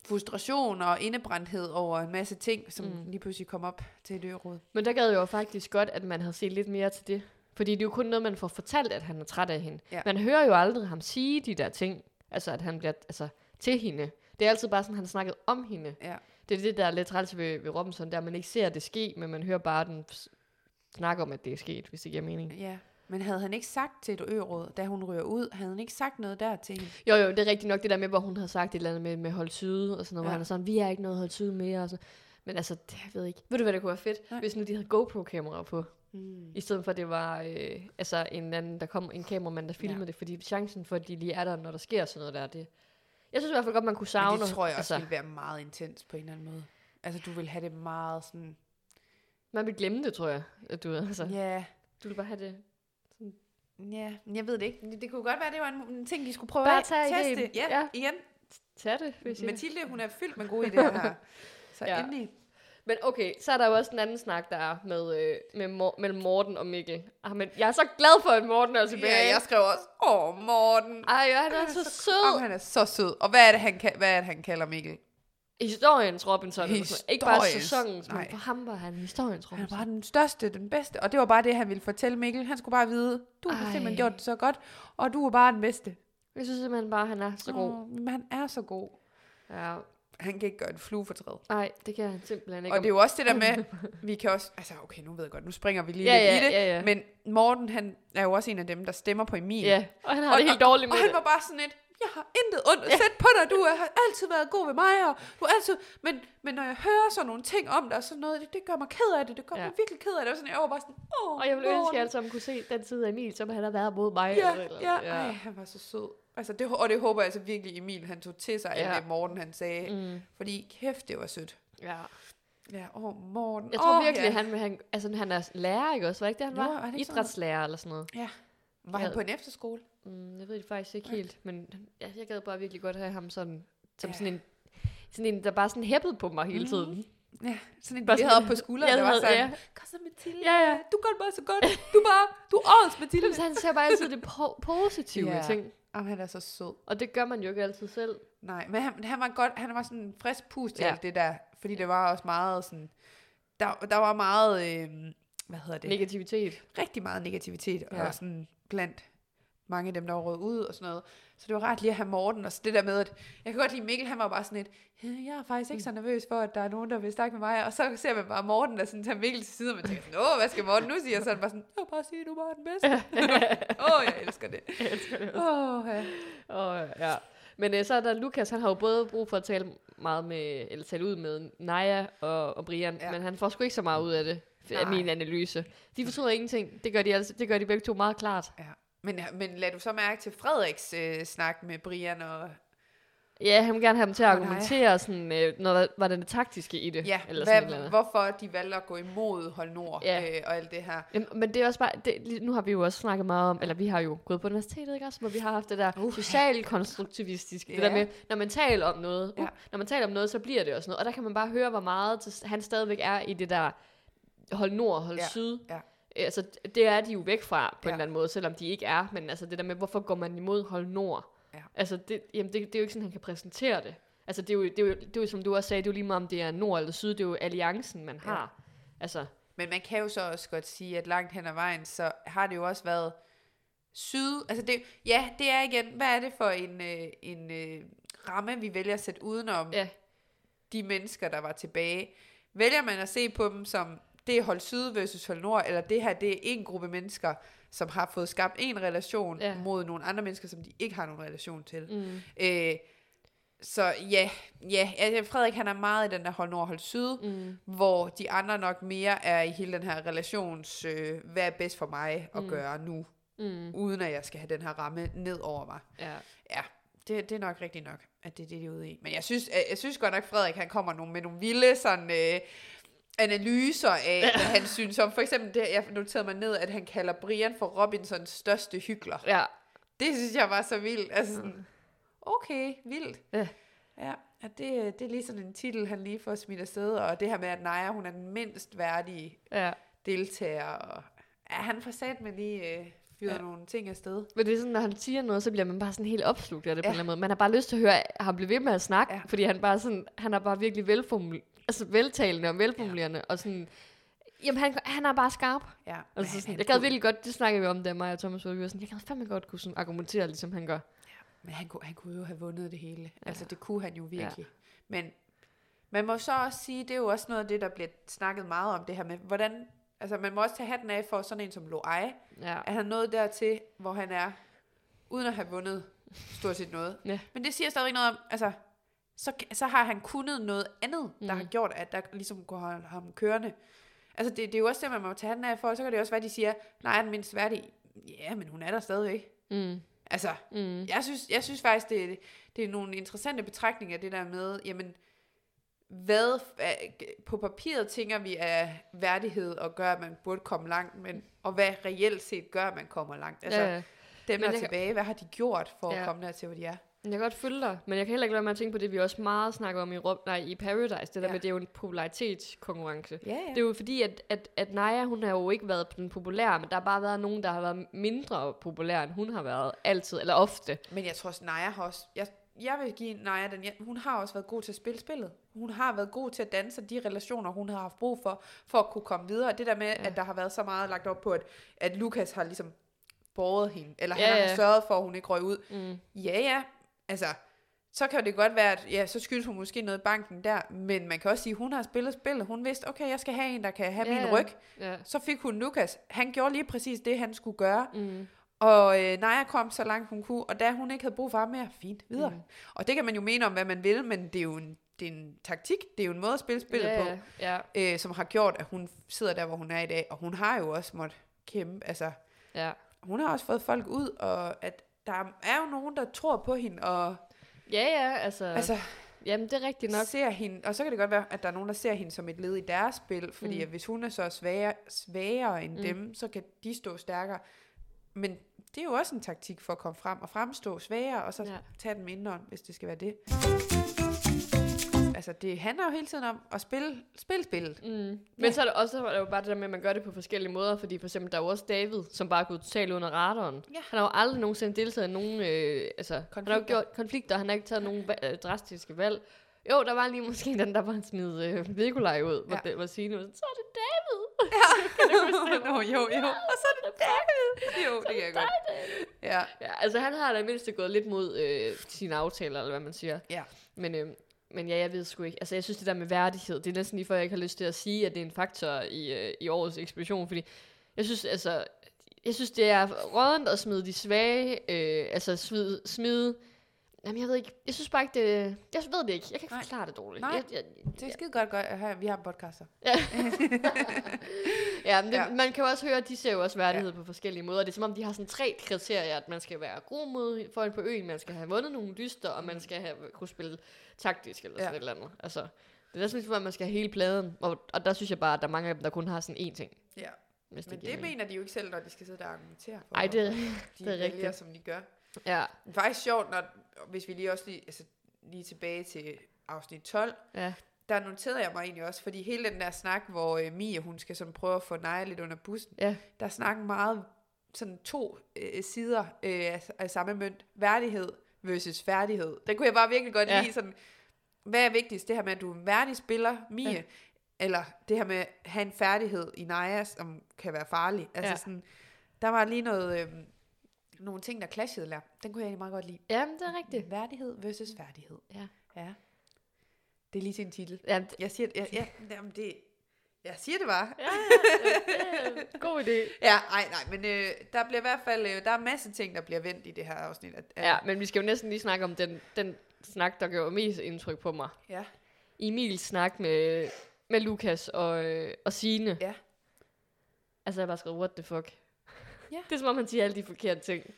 frustration og indebrændthed over en masse ting, som mm.
Mm.
lige pludselig kom op til et øråd.
men der gad jeg jo faktisk godt, at man havde set lidt mere til det. Fordi det er jo kun noget, man får fortalt, at han er træt af hende.
Ja.
Man hører jo aldrig ham sige de der ting. Altså, at han bliver altså, til hende. Det er altid bare sådan, han snakkede om hende.
Ja.
Det er det, der er lidt træls ved, ved Robinson, der man ikke ser det ske, men man hører bare den s- snakke om, at det er sket, hvis det giver mening.
Ja. Men havde han ikke sagt til et øråd, da hun ryger ud, havde han ikke sagt noget der til hende?
Jo, jo, det er rigtigt nok det der med, hvor hun har sagt et eller andet med, med hold syde og sådan noget, ja.
Ja.
hvor han er sådan, vi er ikke noget hold syde mere og sådan. Men altså, det, jeg ved ikke. Ved du, hvad det kunne være fedt,
Nej.
Nej. hvis nu de havde GoPro-kameraer på,
Mm.
i stedet for, at det var øh, altså en eller anden, der kom en kameramand, der filmede
Ja.
ja. det, fordi chancen for, at de lige er der, når der sker sådan noget der, det... Jeg synes i hvert fald godt, man kunne savne...
Men det tror jeg også altså.
altså,
ville være meget intens på en eller anden måde. Altså, du vil have det meget sådan...
Man vil glemme det, tror jeg. At du, ved, altså,
Ja.
ja.
Yeah.
du vil bare have det.
Ja, men jeg ved det ikke. Det, det kunne godt være, det var en, en ting, de skulle prøve
Bare
at
tage
teste.
idéen.
Ja, ja,
Ja.
igen.
Tag det, hvis jeg...
Mathilde, hun er fyldt med gode idéer her. Så ja.
Ja.
endelig.
Men okay, så er der jo også en anden snak, der er med, øh, med Mor- mellem Morten og Mikkel. Ah, men jeg er så glad for, at Morten er tilbage.
Ja, jeg skrev også, åh Morten.
Ej, han er så
Om
sød.
han er så sød. Og hvad er det, han, ka- hvad er det, han kalder Mikkel?
Historiens Robinson. Historiens. Sådan. Ikke bare
Historiens.
sæsonens,
Nej.
men for ham var han historiens
Han
Robinson.
var den største, den bedste. Og det var bare det, han ville fortælle Mikkel. Han skulle bare vide, du har
Ej.
simpelthen gjort det så godt, og du er bare den bedste.
Jeg synes simpelthen bare, han er så god.
Åh, men han er så god.
Ja.
Han kan ikke gøre en flue for træet.
Nej, det kan han simpelthen ikke.
Og det er jo også det der med, vi kan også, altså okay, nu ved jeg godt, nu springer vi lige
Ja, ja,
lidt i det,
ja, ja.
men Morten, han er jo også en af dem, der stemmer på Emil.
Ja, og han har og, det helt dårligt med
Og han
det.
var bare sådan et, jeg har intet ondt at sætte på dig, du er- har altid været god ved mig, og du har altid, men, men når jeg hører sådan nogle ting om dig, og sådan noget, det, det gør mig ked af det, det gør ja.
Ja.
mig virkelig ked af det, og sådan, jeg var bare sådan, åh,
Og jeg ville ønske, at
Morten."
jeg alle sammen kunne se den side af Emil, som han har været mod mig.
Ja,
eller et eller
ja,
andet.
ja. Ej, han var så sød. Altså, det, og det håber jeg altså virkelig, Emil, han tog til sig, ja.
Ja.
af det Morten, han sagde. Mm.
Mm,
Fordi kæft, det var sødt.
ja.
Ja, åh, Morten.
Jeg tror
åh,
virkelig,
ja.
at han, vil- han, altså, han er lærer, ikke også? Var det ikke det, han
Jo, var
var?
det ikke sådan noget?
Idrætslærer eller sådan noget.
Var han
Ja.
på en efterskole?
Mm, jeg ved det faktisk ikke
Nej.
helt, men ja, jeg gad bare virkelig godt have ham sådan, som
Ja.
sådan en, sådan en, der bare sådan hæppede på mig hele tiden.
Ja, sådan en,
Bare
vi
sådan-
havde op på skulderen,
Ja,
der var
havde-
sådan,
ja.
kom så Mathilde,
Ja, ja.
du gør det bare så godt. Du er bare, du er årets Mathilde.
Jamen, så han ser bare altid det po- positive
Ja.
yeah. ting.
Jamen, han er så sød.
Og det gør man jo ikke altid selv.
Nej, men han, han var godt, han var sådan en frisk pust til
Ja.
alt det der, fordi det var også meget sådan, der, der var meget, øh, hvad hedder det,
Negativitet.
rigtig meget negativitet, ja.
Ja.
og sådan blandt mange af dem, der var røget ud og sådan noget. Så det var rart lige at have Morten, og så det der med, at jeg kan godt lide Mikkel, han var bare sådan et, "Øh, jeg er faktisk ikke så
Mm.
nervøs for, at der er nogen, der vil snakke med mig, og så ser man bare Morten, der sådan tager Mikkel til side, og man tænker sådan, åh, hvad skal Morten nu sige? Og så er han bare sådan, jeg vil bare sige, du er bare den bedste. åh, jeg elsker det.
Jeg elsker det
Åh, ja.
Og, ja. Men øh, så er der Lukas, han har jo både brug for at tale meget med, eller tale ud med Naja og, og Brian,
Ja.
ja. men han får sgu ikke så meget ud af det, af
Nej.
min analyse. De fortryder ingenting. Det gør de, altså, det gør de begge to meget klart.
Men, men lad du så mærke til Frederiks øh, snak med Brian og...
Ja, han vil gerne have dem til at
Åh, nej.
argumentere, sådan, øh, når der var det taktiske i det.
Ja,
eller sådan et eller
hvad,
andet.
hvorfor de valgte at gå imod Hold Nord
Ja.
øh, og alt det her.
Jamen, Men det er også bare, det, lige- nu har vi jo også snakket meget om, eller vi har jo gået på universitetet, ikke også, hvor vi har haft det der
Uh, ja.
uh, social-konstruktivistisk, det
Ja.
der med, når man taler om noget, uh,
Ja.
når man taler om noget, så bliver det også noget, og der kan man bare høre, hvor meget til, han stadigvæk er i det der hold nord, hold
Ja,
syd,
ja.
Øh, altså det er de jo væk fra, på ja.
Ja.
en eller anden måde, selvom de ikke er, men altså det der med, hvorfor går man imod hold nord,
Ja.
altså det, jamen, det, det er jo ikke sådan, han kan præsentere det, altså det er jo, det er jo, det er jo som du også sagde, det er jo lige meget om det er nord eller syd, det er jo alliancen, man
Ja.
har, altså
Men man kan jo så også godt sige, at langt hen ad vejen, så har det jo også været syd. Altså det, ja, det er igen, hvad er det for en, øh, en øh, ramme, vi vælger at sætte udenom
Ja.
de mennesker, der var tilbage. Vælger man at se på dem som, det er hold syd versus hold nord, eller det her, det er en gruppe mennesker, som har fået skabt en relation
Ja.
ja. mod nogle andre mennesker, som de ikke har nogen relation til.
mm.
Øh, så ja, ja, altså Frederik han er meget i den der hold nord, hold syd. Mm
Mm.
hvor de andre nok mere er i hele den her relations, øh, hvad er bedst for mig at
Mm.
mm. gøre nu,
Mm.
uden at jeg skal have den her ramme ned over mig.
Ja.
Ja, det, det er nok rigtigt nok, at det er det, de er ude i. Men jeg synes, jeg, jeg synes godt nok, Frederik han kommer nogle, med nogle vilde sådan, øh, analyser af, hvad han synes om. For eksempel, det, jeg noterede mig ned, at han kalder Brian for Robinsons største hykler.
Ja.
Det synes jeg var så vildt. Altså sådan, okay, vildt.
Ja.
Ja, og det, det er lige sådan en titel, han lige får smidt afsted, og det her med, at Naja, hun er den mindst værdige
ja.
deltager, og ja, han får sat med lige øh, fyret
Ja.
ja. nogle ting afsted.
Men det er sådan, når han siger noget, så bliver man bare sådan helt opslugt af det ja. på en
Ja.
eller anden måde. Man har bare lyst til at høre ham blive ved med at snakke, ja.
Ja.
fordi han bare sådan, han er bare virkelig velformul altså veltalende og velformulerende, ja. og sådan, jamen han, han er bare skarp.
Ja, men
Altså,
han-
sådan,
han
jeg gad
kunne-
virkelig godt, det snakkede vi om, da mig og Thomas var vi var sådan, jeg gad fandme godt kunne sådan argumentere, ligesom han gør.
Men han kunne, han kunne jo have vundet det hele. Ja. Altså, det kunne han jo virkelig. Ja. Men man må så også sige, det er jo også noget af det, der bliver snakket meget om, det her med, hvordan... Altså, man må også tage hatten af for sådan en som Loai,
Ja.
at han nåede dertil, hvor han er, uden at have vundet stort set noget.
Ja.
Men det siger stadig noget om, altså, så, så har han kunnet noget andet, der
Mhm.
har gjort, at der ligesom går ham kørende. Altså, det, det er jo også det, man må tage den af for, så kan det også være, de siger, nej, den mindst værdige. Ja, men hun er der stadigvæk.
Mm.
Altså,
Mm.
jeg synes, jeg synes faktisk, det, det er nogle interessante betragtninger, det der med, jamen, hvad er- på papiret tænker vi er værdighed og gør, at man burde komme langt, men, og hvad reelt set gør, at man kommer langt. Altså,
ja,
ja,
ja.
dem
jeg
der er
kan-
tilbage, hvad har de gjort for ja.
Ja.
at komme dertil, hvor de er?
Jeg kan godt følge dig, men jeg kan heller ikke lade være med at tænke på det, vi også meget snakker om i, Rob, nej, i Paradise, det der ja.
Ja.
med, det er jo en popularitetskonkurrence.
Ja, ja.
Det er jo fordi, at, at, at Naja, hun har jo ikke været den populære, men der har bare været nogen, der har været mindre populære, end hun har været altid, eller ofte.
Men jeg tror også, Naja har også... Jeg, jeg vil give Naja den... hjem. Hun har også været god til at spille spillet. Hun har været god til at danse de relationer, hun har haft brug for, for at kunne komme videre. Det der med, ja. at der har været så meget lagt op på, at, at Lukas har ligesom båret hende, eller
Ja,
han
ja.
har sørget for, at hun ikke røg ud.
Mm.
Ja, ja, altså, så kan det godt være, at ja, så skyldes hun måske noget i banken der, men man kan også sige, at hun har spillet spillet. Hun vidste, okay, jeg skal have en, der kan have
Ja,
min
ja.
ryg.
Ja.
Så fik hun Lukas. Han gjorde lige præcis det, han skulle gøre.
Mm.
Og øh, Naja kom så langt hun kunne, og da hun ikke havde brug for ham mere, fint, videre.
Mhm.
Mm. Og det kan man jo mene om, hvad man vil, men det er jo en, det er en taktik, det er jo en måde at spille spillet
ja,
yeah. på,
Ja. ja,
øh, som har gjort, at hun sidder der, hvor hun er i dag. Og hun har jo også måttet kæmpe, altså
ja.
hun har også fået folk ud, og at der er jo nogen, der tror på hende, og
Ja, ja, altså,
ja.
altså,
altså
jamen det er rigtigt nok.
ser hende, og så kan det godt være, at der er nogen, der ser hende som et led i deres spil, fordi
Mm.
mm. at hvis hun er så svagere, svagere end
Mm.
mm. dem, så kan de stå stærkere. Men det er jo også en taktik for at komme frem og fremstå svagere, og så
Ja.
ja. tage den indånd, hvis det skal være det. Altså, det handler jo hele tiden om at spille, spille spillet.
Mm. Men
Ja.
så er der også der er jo bare det der med, at man gør det på forskellige måder, fordi for eksempel der er jo også David, som bare er gået totalt under radaren.
Ja.
Han har jo aldrig nogensinde deltaget i nogen øh, altså, Han har jo
Konflikter.
gjort konflikter, han har ikke taget nogen va- øh, drastiske valg. Jo, der var lige måske den, der var smidt øh, Nikolaj ud, hvor,
Ja.
ja. hvor Signe var sådan, så er det David.
Nå, jo, jo. Og så er det David. Jo, det kan jeg godt. Ja.
Ja, altså han har da i det mindste gået lidt mod øh, sine aftaler, eller hvad man siger.
Ja.
Men, øh, men ja, jeg ved sgu ikke. Altså jeg synes det der med værdighed, det er næsten lige før jeg ikke har lyst til at sige, at det er en faktor i, øh, i årets ekspedition, fordi jeg synes altså, jeg synes det er rådent at smide de svage, øh, altså smide, smide Jamen, jeg ved ikke. Jeg synes bare ikke, det... Jeg ved det ikke. Jeg kan ikke
Nej.
forklare det dårligt.
Nej.
Jeg, jeg,
Det er skide godt, godt at have- vi har podcaster.
ja, men det,
Ja.
ja. man kan jo også høre, at de ser jo også værdighed ja. på forskellige måder. Det er som om, de har sådan tre kriterier, at man skal være god mod for en på øen, man skal have vundet nogle dyster, og man skal have kunne spille taktisk eller
Ja.
sådan Mm. ja. et eller andet. Altså, det er sådan ligesom, at man skal have hele pladen, og, og der synes jeg bare, at der er mange af dem, der kun har sådan én ting.
Ja.
Hvis
Men
giver
det
mening.
mener de jo ikke selv, når de skal sidde der og argumentere for.
Ej, det,
hvorfor de
det er
vælger,
rigtigt.
som de gør.
ja,
Det er faktisk sjovt, når, hvis vi lige også lige, altså, lige tilbage til afsnit 12,
ja,
der noterede jeg mig egentlig også, fordi hele den der snak, hvor øh, Mia, hun skal sådan prøve at få Naja lidt under bussen,
ja,
der snakker meget sådan to øh, sider øh, af, af samme mønt. Værdighed versus færdighed. Den kunne jeg bare virkelig godt ja.
Ja.
lide. Sådan, hvad er vigtigst? Det her med, at du er en værdig spiller, Mie, ja.
Ja.
eller det her med at have en færdighed i Naja, som kan være farlig. Altså ja.
Ja.
sådan, der var lige noget, øh, nogle ting, der clashede der. Den kunne jeg egentlig meget godt lide.
ja, men det er rigtigt.
Værdighed versus færdighed.
Ja.
ja. Det er lige sin titel.
Ja, det,
Jeg siger, jeg, jeg, jamen det, jeg siger det bare.
ja, det er en god idé.
Ja, nej, nej, men øh, der bliver i hvert fald, øh, der er masse ting, der bliver vendt i det her afsnit. At, at,
Ja, men vi skal jo næsten lige snakke om den, den snak, der gjorde mest indtryk på mig.
ja.
Emils snak med, med Lukas og, øh, og Signe.
Ja.
Altså, jeg har bare skrevet, what the fuck?
Ja.
Det er som om, han siger alle de forkerte ting.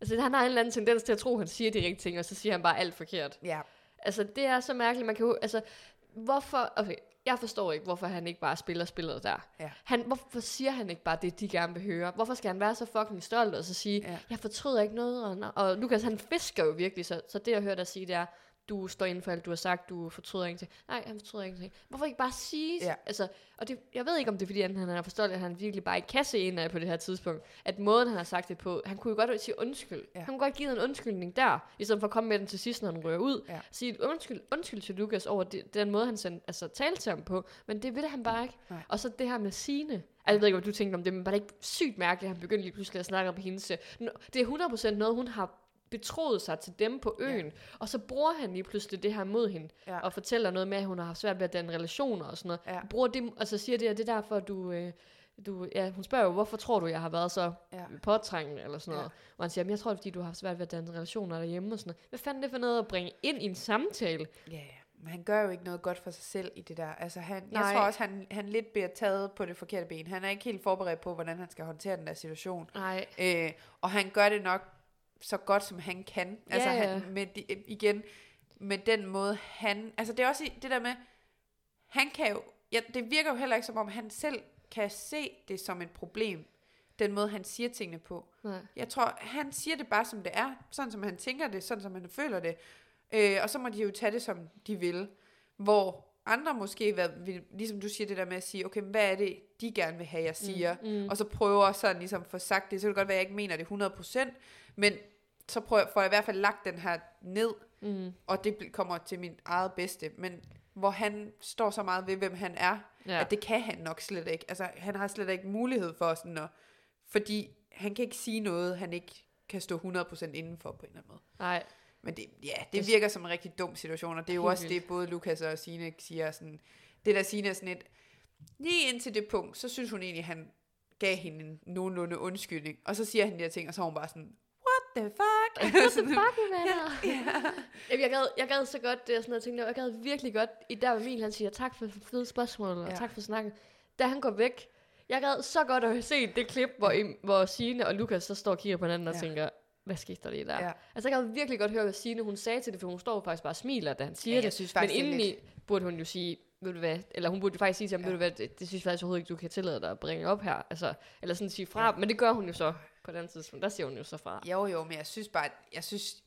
Altså, han har en eller anden tendens til at tro, han siger de rigtige ting, og så siger han bare alt forkert.
Ja,
Altså, det er så mærkeligt. Man kan jo, altså, hvorfor... Okay, jeg forstår ikke, hvorfor han ikke bare spiller spillet der.
Ja.
Han, hvorfor siger han ikke bare det, de gerne vil høre? Hvorfor skal han være så fucking stolt og så sige,
Ja.
ja. jeg fortryder ikke noget? Og, og Lukas, han fisker jo virkelig, så, så det, jeg hørte dig sige, det er, du står inden for alt, du har sagt, du fortryder ingenting. Nej, han fortryder ingenting. Hvorfor ikke bare sige?
Ja.
Altså, og det, jeg ved ikke, om det er, fordi han, han er forstået, at han virkelig bare ikke kan se indad på det her tidspunkt. At måden, han har sagt det på, han kunne jo godt sige undskyld.
Ja.
Han kunne godt give en undskyldning der, i stedet for at komme med den til sidst, når han rører ud sige et undskyld, undskyld til Lukas over det, den måde, han sendte, altså, talte til ham på, men det ville han bare ikke.
Nej.
Og så det her med Signe. Altså, jeg ved ikke, hvad du tænkte om det, men var det ikke sygt mærkeligt, at han begyndte lige pludselig at snakke om hendes... øh, nå- Det er 100% noget, hun har betroet sig til dem på
Ja.
øen, ja. og så bruger han lige pludselig det her mod hende,
Ja.
og fortæller noget med, at hun har haft svært ved at danne relationer og sådan noget.
Ja.
Bruger det, og så siger det, at det er derfor, du... Øh, du, ja, hun spørger jo, hvorfor tror du, jeg har været så
ja.
påtrængende eller sådan
Ja.
noget. Ja. Og han siger, "Jamen, jeg tror, det er, fordi du har haft svært ved at danne relationer derhjemme og sådan noget. Hvad fanden er det for noget at bringe ind i en samtale?
Ja, ja. Men han gør jo ikke noget godt for sig selv i det der. Altså, han, jeg
Nej.
tror også, han, han lidt bliver taget på det forkerte ben. Han er ikke helt forberedt på, hvordan han skal håndtere den der situation.
Nej.
Øh, og han gør det nok så godt, som han kan. Altså,
Ja, ja.
Han, med de, igen, med den måde, han... Altså, det er også i- det der med, han kan jo... Ja, det virker jo heller ikke, som om han selv kan se det som et problem, den måde, han siger tingene på.
Nej.
Jeg tror, han siger det bare, som det er. Sådan, som han tænker det, sådan, som han føler det. Øh, og så må de jo tage det, som de vil. Hvor andre måske, hvad, vil, ligesom du siger det der med at sige, okay, men hvad er det, de gerne vil have, jeg siger? Mm, mm. Og så prøver sådan ligesom at få sagt det. Så kan det godt være, at jeg ikke mener det 100%, men så prøver, får jeg i hvert fald lagt den her ned,
Mm.
og det bl- kommer til min eget bedste. Men hvor han står så meget ved, hvem han er, ja.
Ja.
at det kan han nok slet ikke. Altså, han har slet ikke mulighed for sådan at, fordi han kan ikke sige noget, han ikke kan stå 100% indenfor på en eller anden måde.
Nej.
Men det, ja, det, det
Det-
virker som en rigtig dum situation, og det er jo
Helt
også det,
vildt.
både Lukas og Signe siger sådan, det der Signe er sådan et, lige indtil det punkt, så synes hun egentlig, han gav hende en nogenlunde undskyldning, og så siger han de her ting, og så er hun bare sådan, what the fuck? Sådan,
Fucking venner. Jamen, jeg, gad, jeg gad så godt, det er sådan noget, jeg tænkte, jeg gad virkelig godt, i der hvor Emil han siger, tak for fede spørgsmål, og
Ja.
ja. tak for snakken. Da han går væk, jeg gad så godt at se det klip, hvor, Em- hvor Signe og Lukas så står og kigger på hinanden og
Ja.
ja. tænker, hvad skete der lige der?
Ja.
Ja. Altså, jeg gad virkelig godt høre, hvad Signe hun sagde til det, for hun står jo faktisk bare og smiler, da han siger det.
synes
Men indeni lidt... burde hun jo sige, ved du hvad, eller hun burde jo faktisk sige til ham,
Ja.
ja. ved du hvad, det, det synes jeg faktisk overhovedet ikke, du kan tillade dig at bringe op her. Altså, eller sådan sige fra, ja. men det gør hun jo så på den tidspunkt. Der siger hun jo så fra.
Jo, jo, men jeg synes bare, jeg synes,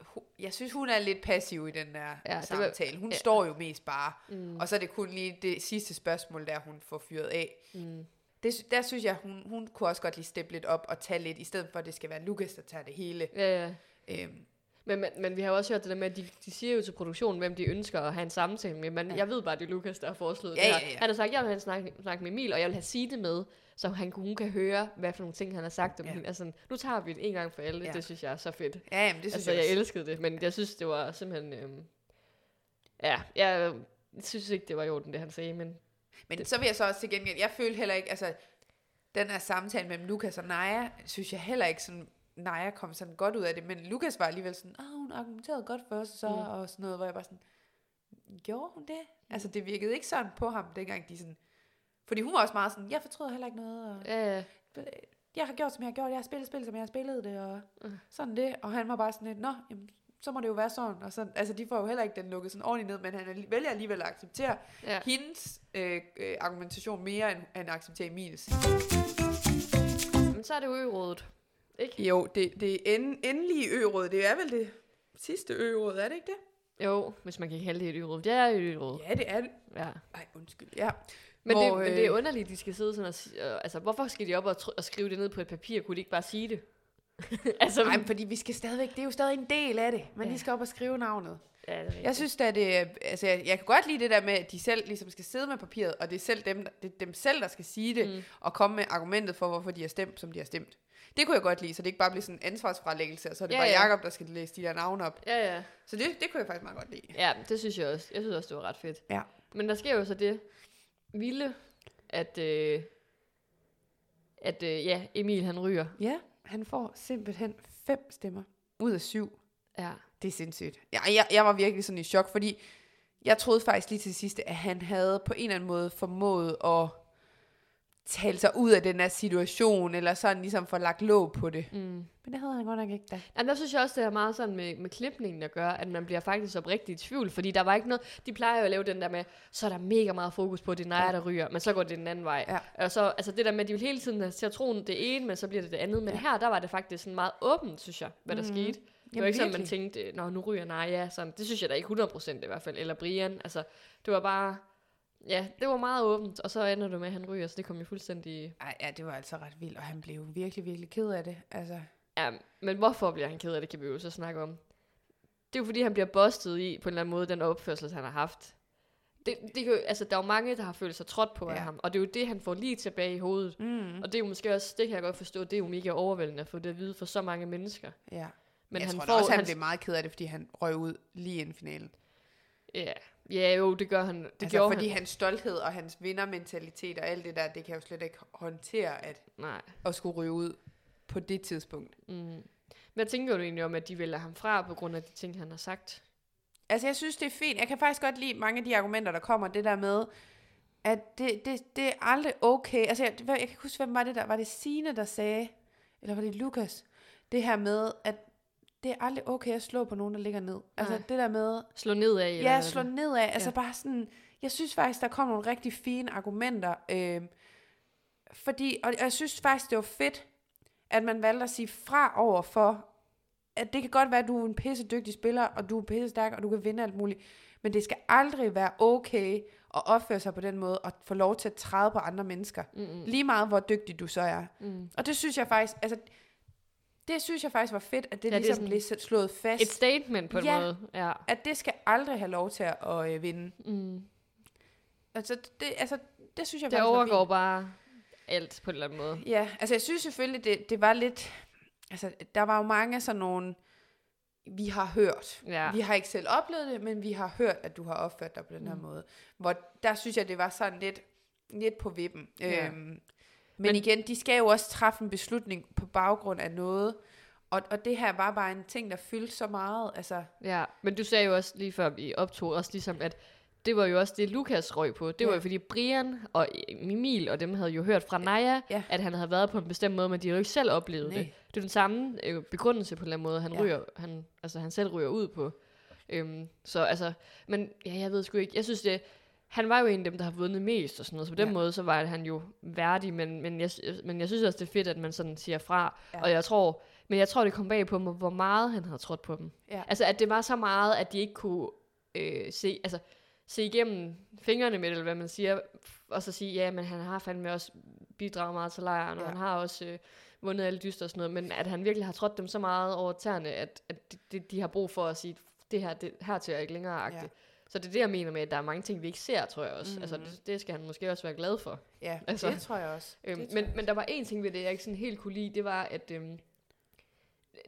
hu- jeg synes, hun er lidt passiv i den der
det
ja,
var-
samtale. Hun ja.
ja.
står jo mest bare, mm. og så er det kun lige det sidste spørgsmål, der hun får fyret af.
Mm.
Det, sy- der synes jeg, hun, hun kunne også godt lige steppe lidt op og tage lidt, i stedet for, at det skal være Lukas, der tager det hele.
Ja, ja.
Øhm,
Men, men, men vi har jo også hørt det der med, at de, de siger jo til produktionen, hvem de ønsker at have en samtale med. Men
Ja.
ja. jeg ved bare, at det er Lukas, der har foreslået
Ja,
det her.
ja, ja.
Han har sagt, at jeg vil have en snak, snak med Emil, og jeg vil have Signe med, så han, hun kan høre, hvad for nogle ting, han har sagt om
Ja.
ja. hende. Altså, nu tager vi det en gang for alle.
Ja.
Ja. Det synes jeg er så fedt.
ja, jamen, det synes
Altså, jeg
også.
elskede det, men jeg synes, det var simpelthen... Øhm, ja, jeg synes ikke, det var i orden, det han sagde, men...
Men så vil jeg så også til gengæld, jeg følte heller ikke, altså, den her samtale mellem Lukas og Naja, synes jeg heller ikke sådan Naja kom sådan godt ud af det, men Lukas var alligevel sådan, ah, hun argumenterede godt for os, så,
Mm.
mm. og sådan noget, hvor jeg bare sådan, gjorde hun det? Altså, det virkede ikke sådan på ham, dengang de sådan, fordi hun var også meget sådan, jeg fortryder heller ikke noget, og
Ja, ja.
jeg har gjort, som jeg har gjort, jeg har spillet spil, som jeg har spillet det, og
Mm.
sådan det, og han var bare sådan lidt, nå, jamen, så må det jo være sådan, og sådan, altså de får jo heller ikke den lukket sådan ordentligt ned, men han alli- vælger alligevel at acceptere
ja.
hendes øh, øh, argumentation mere, end han accepterer Emils.
Men så er det ø-rådet. Ikke?
Jo, det, det end, endelige øråd, det er vel det sidste øråd, er det ikke det?
Jo, hvis man kan kalde det et ø-råd. Det er et ø-råd.
Ja, det er det.
Ja.
Ej, undskyld, ja.
Men,
Hvor,
det, men det er
øh,
underligt, de skal sidde sådan og, si- og altså, hvorfor skal de op og, tr- og skrive det ned på et papir? Kunne de ikke bare sige det? altså,
Nej, fordi vi skal stadigvæk, det er jo stadig en del af det. Man
Ja.
lige skal op og skrive navnet.
ja, det er rigtigt.
Jeg synes da, det er- altså, jeg, jeg kan godt lide det der med, at de selv ligesom skal sidde med papiret, og det er selv dem, der- det er dem selv, der skal sige det,
Mm.
mm. og komme med argumentet for, hvorfor de har stemt, som de har stemt. Det kunne jeg godt lide, så det ikke bare bliver sådan en ansvarsfralæggelse, og så er det
Ja,
ja, bare
ja.
Jacob, der skal læse de der navne op.
Ja, ja.
Så det, det kunne jeg faktisk meget godt lide.
Ja, det synes jeg også. Jeg synes også, det var ret fedt.
Ja.
Men der sker jo så det vilde, at, øh, at øh, ja, Emil han ryger.
Ja, han får simpelthen fem stemmer ud af syv.
Ja.
Det er sindssygt. Jeg, jeg, jeg var virkelig sådan i chok, fordi jeg troede faktisk lige til sidst, at han havde på en eller anden måde formået at tale sig ud af den her situation, eller sådan ligesom få lagt låg på det.
Mm.
Men det havde han godt nok ikke da.
Jamen, der synes jeg også, det er meget sådan med, med klipningen at gøre, at man bliver faktisk oprigtigt i tvivl, fordi der var ikke noget, de plejer jo at lave den der med, så er der mega meget fokus på, at det er Naja,
Ja.
der ryger, men så går det den anden vej.
Ja.
Og så, altså det der med, at de vil hele tiden have citronen det ene, men så bliver det det andet, men ja. her, der var det faktisk sådan meget åbent, synes jeg, hvad der mm.
Mhm.
skete. Det var
Jamen,
ikke sådan, man
virkelig.
tænkte, nå, nu ryger Naja, sådan. Det synes jeg da ikke 100% i hvert fald, eller Brian, altså, det var bare, ja, det var meget åbent, og så ender det med, at han ryger, så det kom jo fuldstændig,
Ej, ja, det var altså ret vildt, og han blev jo virkelig, virkelig ked af det. Altså,
ja, men hvorfor bliver han ked af det, kan vi jo så snakke om. Det er jo fordi, han bliver bustet i, på en eller anden måde, den opførsel, han har haft. Det, det kan jo, altså, der er jo mange, der har følt sig trådt på ja. af
Ja.
ham, og det er jo det, han får lige tilbage i hovedet.
mm.
Og det er jo måske også, det kan jeg godt forstå, det er jo mega overvældende at få det at vide for så mange mennesker.
ja.
Men
jeg
han
tror da
får,
også, han,
han-
blev meget ked af det, fordi han røg ud lige inden finalen.
Ja, ja jo, det gør han. Det
altså,
gjorde
fordi
han.
hans stolthed og hans vindermentalitet og alt det der, det kan jo slet ikke håndtere at,
Nej.
at skulle ryge ud på det tidspunkt.
Mm. Hvad tænker du egentlig om, at de vælger ham fra på grund af de ting, han har sagt?
Altså, jeg synes, det er fint. Jeg kan faktisk godt lide mange af de argumenter, der kommer. Det der med, at det, det, det er aldrig okay. Altså, jeg, jeg kan ikke huske, hvem var det der? Var det Sine der sagde, eller var det Lukas? Det her med, at det er aldrig okay at slå på nogen, der ligger ned. Altså,
Nej.
det der med,
Slå ned af?
Ja, slå ned af. Altså
Ja.
ja. bare sådan, jeg synes faktisk, der kom nogle rigtig fine argumenter. Øh, fordi, og og jeg synes faktisk, det var fedt, at man valgte at sige fra over for, at det kan godt være, at du er en pisse dygtig spiller, og du er pisse stærk, og du kan vinde alt muligt, men det skal aldrig være okay at opføre sig på den måde, og få lov til at træde på andre mennesker. Mm. Lige meget, hvor dygtig du så er.
Mm.
Og det synes jeg faktisk, altså, det synes jeg faktisk var fedt, at det,
Ja, det
ja,
er
ligesom
sådan-
det blev slået fast,
Et statement på en
Ja.
måde. Ja.
at det skal aldrig have lov til at øh, vinde.
Mm.
Altså, det, altså, det synes jeg
Det
faktisk var
overgår bare alt på en eller anden måde.
fint. Ja, altså jeg synes selvfølgelig, det, det var lidt... Altså, der var jo mange sådan nogle, vi har hørt.
Ja.
Vi har ikke selv oplevet det, men vi har hørt, at du har opført dig på den her
Mm.
måde. Hvor der synes jeg, det var sådan lidt, lidt på vippen.
Ja.
Øhm, men,
Men-
men igen, de skal jo også træffe en beslutning på baggrund af noget. Og, og det her var bare en ting, der fyldte så meget. Altså,
Ja, men du sagde jo også lige før vi optog, også ligesom, at det var jo også det, Lukas røg på. Det var
Ja.
jo fordi Brian og Emil og dem havde jo hørt fra Naja,
Ja.
at han havde været på en bestemt måde, men de havde jo ikke selv oplevet
Nej.
det. Det er den samme øh, begrundelse på en eller anden måde, han,
Ja.
ryger, han, altså, han selv ryger ud på. Øhm, så altså, men ja, jeg ved sgu ikke, jeg synes det, han var jo en af dem, der har vundet mest og sådan noget, så på den
Ja.
måde, så var han jo værdig, men, men, jeg, men jeg synes også, det er fedt, at man sådan siger fra, ja.
Ja.
og jeg tror, men jeg tror, det kom bag på mig, hvor meget han havde trådt på dem.
Ja.
Altså, at det var så meget, at de ikke kunne øh, se, altså, se igennem fingrene med det, eller hvad man siger, og så sige, ja, men han har fandme også bidraget meget til lejren, og
Ja.
han har også øh, vundet alle dyster og sådan noget, men at han virkelig har trådt dem så meget over tæerne, at, at de- de, de har brug for at sige, det her, det, her til jeg ikke længere agtigt.
Ja.
Så det er det, jeg mener med, at der er mange ting, vi ikke ser, tror jeg også. Mm. Altså,
Mhm.
det, det skal han måske også være glad for.
ja,
Altså,
altså, det tror jeg også.
Øhm,
det tror
men,
jeg.
men der var en ting ved det, jeg ikke sådan helt kunne lide, det var, at øhm,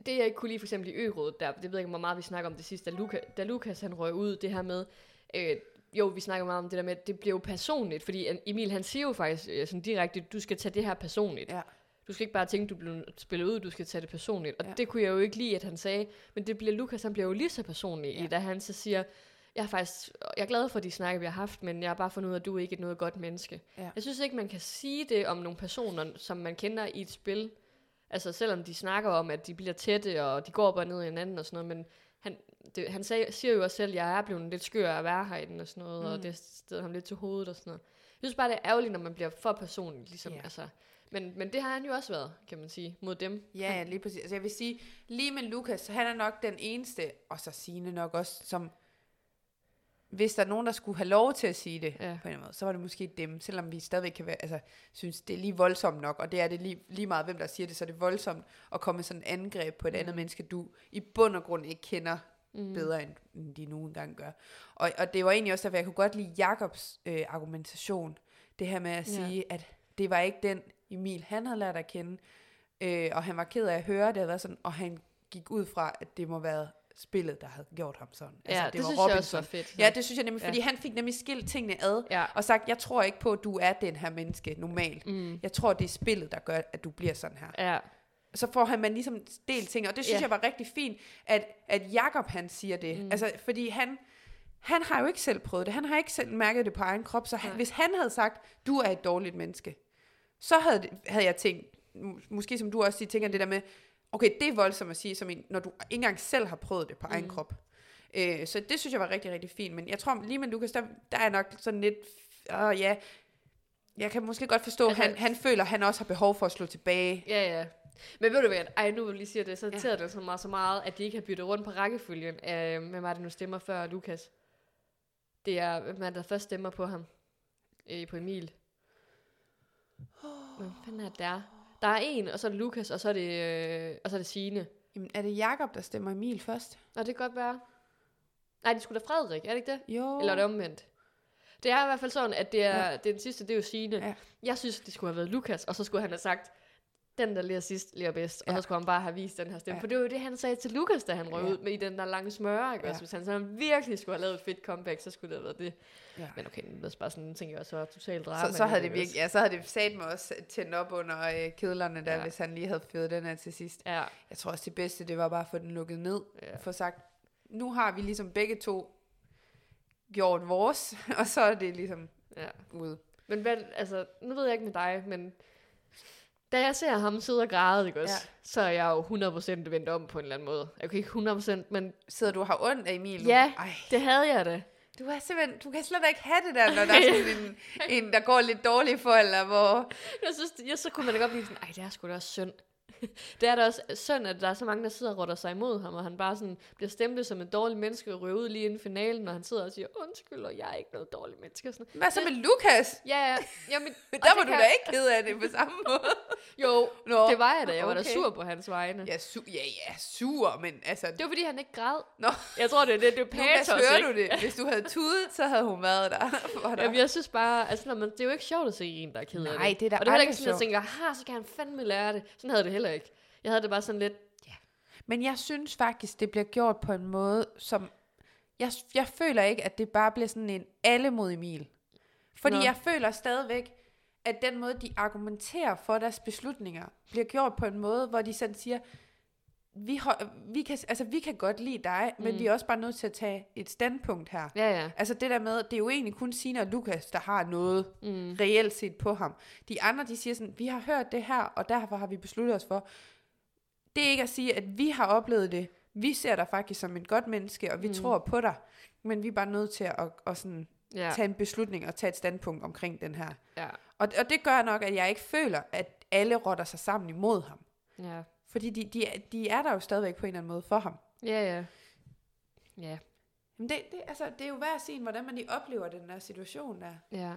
det jeg ikke kunne lide for eksempel i ørådet, der, det ved jeg ikke, hvor meget vi snakker om det sidste, da, Luca, da Lukas han røg ud, det her med, øh, jo, vi snakker meget om det der med, at det bliver jo personligt, fordi øh, Emil han siger jo faktisk øh, sådan direkte, du skal tage det her personligt.
Ja.
Du skal ikke bare tænke, du bliver spillet ud, du skal tage det personligt. Og
Ja.
ja. det kunne jeg jo ikke lide, at han sagde. Men det bliver Lukas, han bliver jo lige så personlig ja.
Ja.
i, da han så siger, jeg er faktisk jeg er glad for de snakke, vi har haft, men jeg har bare fundet ud af, at du ikke er noget godt menneske.
Ja.
Jeg synes ikke, man kan sige det om nogle personer, som man kender i et spil. Altså selvom de snakker om, at de bliver tætte, og de går bare ned i hinanden og sådan noget, men han, det, han sag, siger jo også selv, at jeg er blevet lidt skør af at være herinde og sådan noget, mm. og
Mm.
det steder ham lidt til hovedet og sådan noget. Jeg synes bare, det er ærgerligt, når man bliver for personlig, ligesom,
Ja.
yeah. altså. Men, men det har han jo også været, kan man sige, mod dem.
Ja, ja, lige præcis. Altså jeg vil sige, lige med Lukas, han er nok den eneste, og så Signe nok også, som... Hvis der er nogen, der skulle have lov til at sige det, ja. på en
Ja.
eller anden måde, så var det måske dem, selvom vi stadigvæk kan være, altså, synes, det er lige voldsomt nok, og det er det lige, lige meget, hvem der siger det, så er det voldsomt at komme med sådan en angreb på et mm. andet menneske, du i bund og grund ikke kender mm. bedre, end, end de nu engang gør. Og, og det var egentlig også derfor, jeg kunne godt lide Jakobs øh, argumentation. Det her med at
Ja.
sige, at det var ikke den Emil, han havde lært at kende, øh, og han var ked af at høre, det havde været sådan, og han gik ud fra, at det må være spillet, der havde gjort ham sådan. Altså,
Ja, Altså, det, det synes jeg også var fedt.
Ja, det synes jeg nemlig,
Ja.
fordi han fik nemlig skilt tingene ad,
ja.
og sagt, jeg tror ikke på, at du er den her menneske normalt.
Mm.
Jeg tror, det er spillet, der gør, at du bliver sådan her
ja.
så får han man ligesom delt ting, og det synes
Ja.
jeg var rigtig fint, at, at Jakob han siger det. Mm. Altså, fordi han, han har jo ikke selv prøvet det. Han har ikke selv mærket det på egen krop, så han,
Nej.
hvis han havde sagt, du er et dårligt menneske, så havde, det- havde jeg tænkt, mu- måske som du også siger, tænker det der med, okay, det er voldsomt at sige, som en, når du ikke engang selv har prøvet det på
Mm.
egen krop. Øh, så det synes jeg var rigtig, rigtig fint. Men jeg tror lige med Lukas, der, der er nok sådan lidt, åh ja, jeg kan måske godt forstå, at
Altså-
han, han føler, at han også har behov for at slå tilbage.
Ja, ja. Men ved du hvad, ej, nu hvor du lige siger det, så irriterer ja. det så meget, så meget, at de ikke har byttet rundt på rækkefølgen. af, hvem var det nu stemmer før Lukas? Det er, hvem er det, der først stemmer på ham? Øh, på Emil. Hvem fanden er det, der? er? Der er en, og så er det Lukas, og så er det, øh, og så er det Signe.
Jamen, er det Jakob der stemmer Emil først?
Nå, det kan godt være. Nej, det skulle da Frederik, er det ikke det?
Jo.
Eller er det omvendt? Det er i hvert fald sådan, at det er, ja. det er den sidste, det er jo Signe.
Ja.
Ja. Jeg synes, det skulle have været Lukas, og så skulle han have sagt, den der lærer sidst, lærer bedst. Og
Ja.
så skulle han bare have vist den her stemme.
Ja.
Ja. For det var jo det, han sagde til Lukas, da han røg
Ja.
ja. ud med i den der lange smøre. Ikke?
Ja.
Ja. Hvis han sådan virkelig skulle have lavet et fedt comeback, så skulle det have været det.
Ja.
Men okay, det er bare sådan, tænker jeg også, var totalt drama.
Så, så havde det
alligevel.
virkelig, ja, så havde det sat mig også tændt op under øh, kedlerne der, ja.
Ja.
hvis han lige havde fyret den her til sidst.
Ja,
Jeg tror også, det bedste, det var bare at få den lukket ned.
ja.
Få sagt, nu har vi ligesom begge to gjort vores, og så er det ligesom
ja.
ude.
Men hvad, altså, nu ved jeg ikke med dig, men da jeg ser ham sidde og græde, ikke også,
Ja.
ja. så er jeg jo 100% vendt om på en eller anden måde. Jeg kan ikke 100%, men
Sidder du og har ondt af Emil nu?
Ja.
Ej,
det havde jeg da.
du, er simpelthen, du kan slet ikke have det der, når der er sådan en, en der går lidt dårligt for, eller hvor...
Jeg synes, jeg, så kunne man da godt blive sådan, ej, det er sgu da også synd. det er da også synd, at der er så mange, der sidder og rotter sig imod ham, og han bare sådan bliver stemplet som en dårlig menneske og ryger ud lige inden finalen, og han sidder og siger, undskyld, og jeg er ikke noget dårlig menneske. Og sådan.
Hvad så med Lukas?
Ja, ja, jamen, og
Der
det
var du
kan-
da ikke ked af det på samme måde.
Jo,
Nå,
det var jeg da. Jeg var okay. da
okay.
sur på hans vegne. Ja.
Ja, su- ja, ja, sur, men altså...
Det var fordi, han ikke græd.
Nå.
Jeg tror, det er det, det er
Lukas,
patos,
hører
ikke?
du det? Hvis du havde tudet, så havde hun været der for dig.
Jamen, jeg synes bare, altså, når man, det er jo ikke sjovt at se en, der er ked af
Nej, det er da
Og det er heller
aldrig
ikke sådan, at jeg
sjovt.
tænker, ha, så kan han fandme lære det. Sådan havde jeg det heller ikke. Jeg havde det bare sådan lidt,
Men jeg synes faktisk, det bliver gjort på en måde, som... Jeg, jeg føler ikke, at det bare bliver sådan en alle mod Emil. Fordi Nå.
Nå.
jeg føler stadigvæk, at den måde, de argumenterer for deres beslutninger, bliver gjort på en måde, hvor de sådan siger, vi, hold- vi, kan, altså, vi kan godt lide dig, men vi er også bare nødt til at tage et standpunkt her.
ja, ja.
Altså det der med, det er jo egentlig kun Sina og Lukas, der har noget mm. reelt set på ham. De andre, de siger sådan, vi har hørt det her, og derfor har vi besluttet os for. Det er ikke at sige, at vi har oplevet det. Vi ser dig faktisk som et godt menneske, og vi mm. tror på dig. Men vi er bare nødt til at, at, at sådan
ja.
ja. tage en beslutning og tage et standpunkt omkring den her.
Ja,
Og, og det gør nok, at jeg ikke føler, at alle rotter sig sammen imod ham.
ja,
Fordi de, de, er- de er der jo stadigvæk på en eller anden måde for ham.
ja, ja. Ja,
Men det, det, altså, det er jo hver sin, hvordan man lige oplever den der situation der.
ja.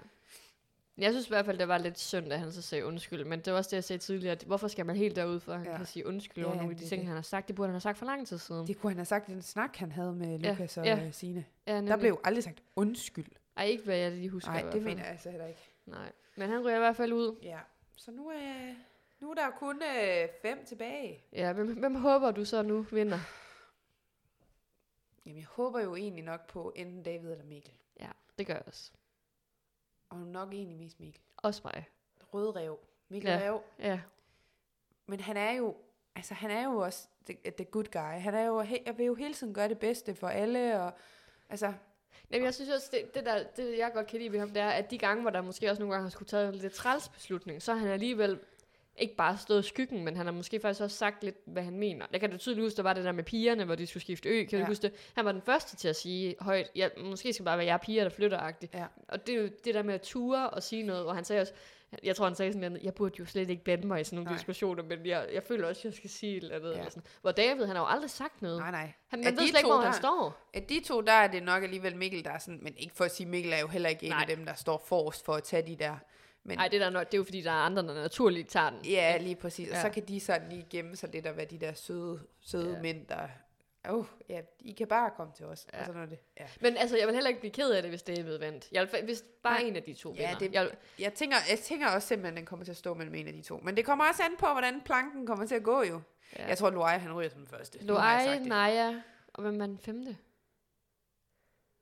Jeg synes i hvert fald, det var lidt synd, at han så sagde undskyld, men det var også det, jeg sagde tidligere, at hvorfor skal man helt derud, for at han
Ja.
ja. kan sige undskyld
Ja,
over
ja,
nogle af
det
de
er
ting,
det.
han har sagt. Det burde han have sagt for lang tid siden.
Det kunne han have sagt i den snak, han havde med
Ja,
Lukas ja, og
ja.
ja. Signe.
ja,
Der
nemlig.
blev jo aldrig sagt undskyld.
Ej, ikke hvad jeg lige husker
Nej,
i hvert
det
fald.
mener jeg altså heller ikke.
Nej, men han ryger i hvert fald ud.
Ja, så nu er, nu er der jo kun øh, fem tilbage.
Ja, hvem, hvem håber du så nu vinder?
Jamen, jeg håber jo egentlig nok på enten David eller Mikkel.
Ja, det gør jeg også.
Og nok egentlig mest Mikkel.
Også mig.
Rødrev. Mikkel ja.
Ja.
Rev.
Ja,
men han er jo, altså han er jo også the, the good guy. Han er jo, he, jeg vil jo hele tiden gøre det bedste for alle, og altså,
Jamen, jeg synes også, det, det, der, det jeg godt kan lide ved ham, det er, at de gange, hvor der måske også nogle gange har skulle taget en lidt træls beslutning, så har han alligevel ikke bare stået i skyggen, men han har måske faktisk også sagt lidt, hvad han mener. Jeg kan da tydeligt huske, der var det der med pigerne, hvor de skulle skifte ø. Kan ja.
Ja.
du huske det? Han var den første til at sige højt, ja, måske skal det bare være jer piger, der flytter -agtigt.
Ja.
Og det er jo det der med at ture og sige noget, og han sagde også, jeg tror, han sagde sådan noget, jeg burde jo slet ikke blande mig i sådan nogle
Nej.
diskussioner, men jeg, jeg føler også, jeg skal sige et eller andet.
Ja.
Ja. Eller sådan. Hvor David, han har jo aldrig sagt noget.
nej nej.
Han,
Af
man ved
de
slet ikke,
to
hvor han
der-
står.
Af de to, der er det nok alligevel Mikkel, der er sådan, men ikke for at sige, Mikkel er jo heller ikke en
Nej.
af dem, der står forrest for at tage de der. Men
Nej, det, er der nok, det er jo fordi, der er andre, der naturligt tager den.
ja, lige præcis. Ja. Og
Ja.
så kan de sådan lige gemme sig lidt og være de der søde, søde
Ja.
ja. mænd, der... Oh, ja, I kan bare komme til os. Ja.
Ja.
Og sådan noget. Ja.
Men altså, jeg vil heller ikke blive ked af det, hvis David vandt. Jeg vil, fa- hvis bare
Nej.
en af de to
Ja,
vinder.
det-
Jeg vil,
Jeg, tænker, jeg tænker også simpelthen, at den kommer til at stå mellem en af de to. Men det kommer også an på, hvordan planken kommer til at gå jo.
ja.
Ja. Jeg tror, Luai, han ryger som første. Nu har jeg
Loai,
sagt det.
Naja, og hvem var den femte?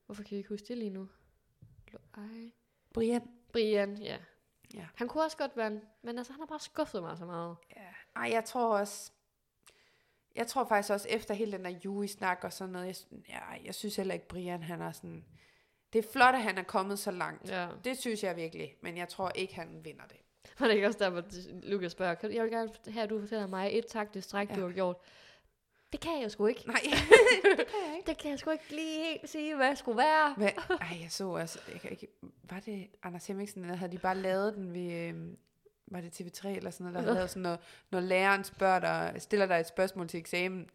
Hvorfor kan vi ikke huske det lige nu? Loai.
Brian.
Brian, ja.
Ja.
Han kunne også godt vinde, men altså, han har bare skuffet mig så meget.
Ja. Ej, jeg tror også... Jeg tror faktisk også, efter hele den der Yui-snak og sådan noget, jeg, sy- ja, jeg synes heller ikke, Brian, han er sådan... Det er flot, at han er kommet så langt. Ja.
Ja.
Det synes jeg virkelig, men jeg tror ikke, han vinder det.
Var det ikke også der, hvor Lukas spørger, kan, jeg vil gerne have, at du fortæller mig et taktisk træk, ja.
Ja.
du har gjort. Det kan jeg sgu ikke.
Nej, det kan jeg ikke.
Det kan jeg sgu ikke lige helt sige, hvad jeg skulle være.
Hvad? Ej, jeg så også... Jeg kan ikke, var det Anders Hemmingsen, eller havde de bare lavet den ved... Øh, var det TV3 eller sådan noget, der havde lavet sådan noget, når læreren spørger dig, stiller dig et spørgsmål til eksamen,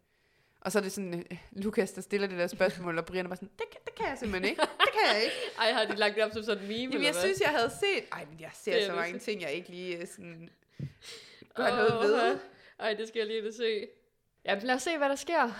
og så er det sådan, øh, Lukas, der stiller det der spørgsmål, og Brian er bare sådan, det, kan- det kan jeg simpelthen ikke, det kan jeg ikke.
Ej, har de lagt det op som sådan en meme,
Jamen,
eller
jeg
hvad?
synes, jeg havde set... Ej, men jeg
Det
ser
er
så
det
mange
ikke.
ting, jeg ikke lige øh, sådan... Gør noget ved.
Ej, det skal jeg lige ind og se. Jamen, lad os se, hvad der sker.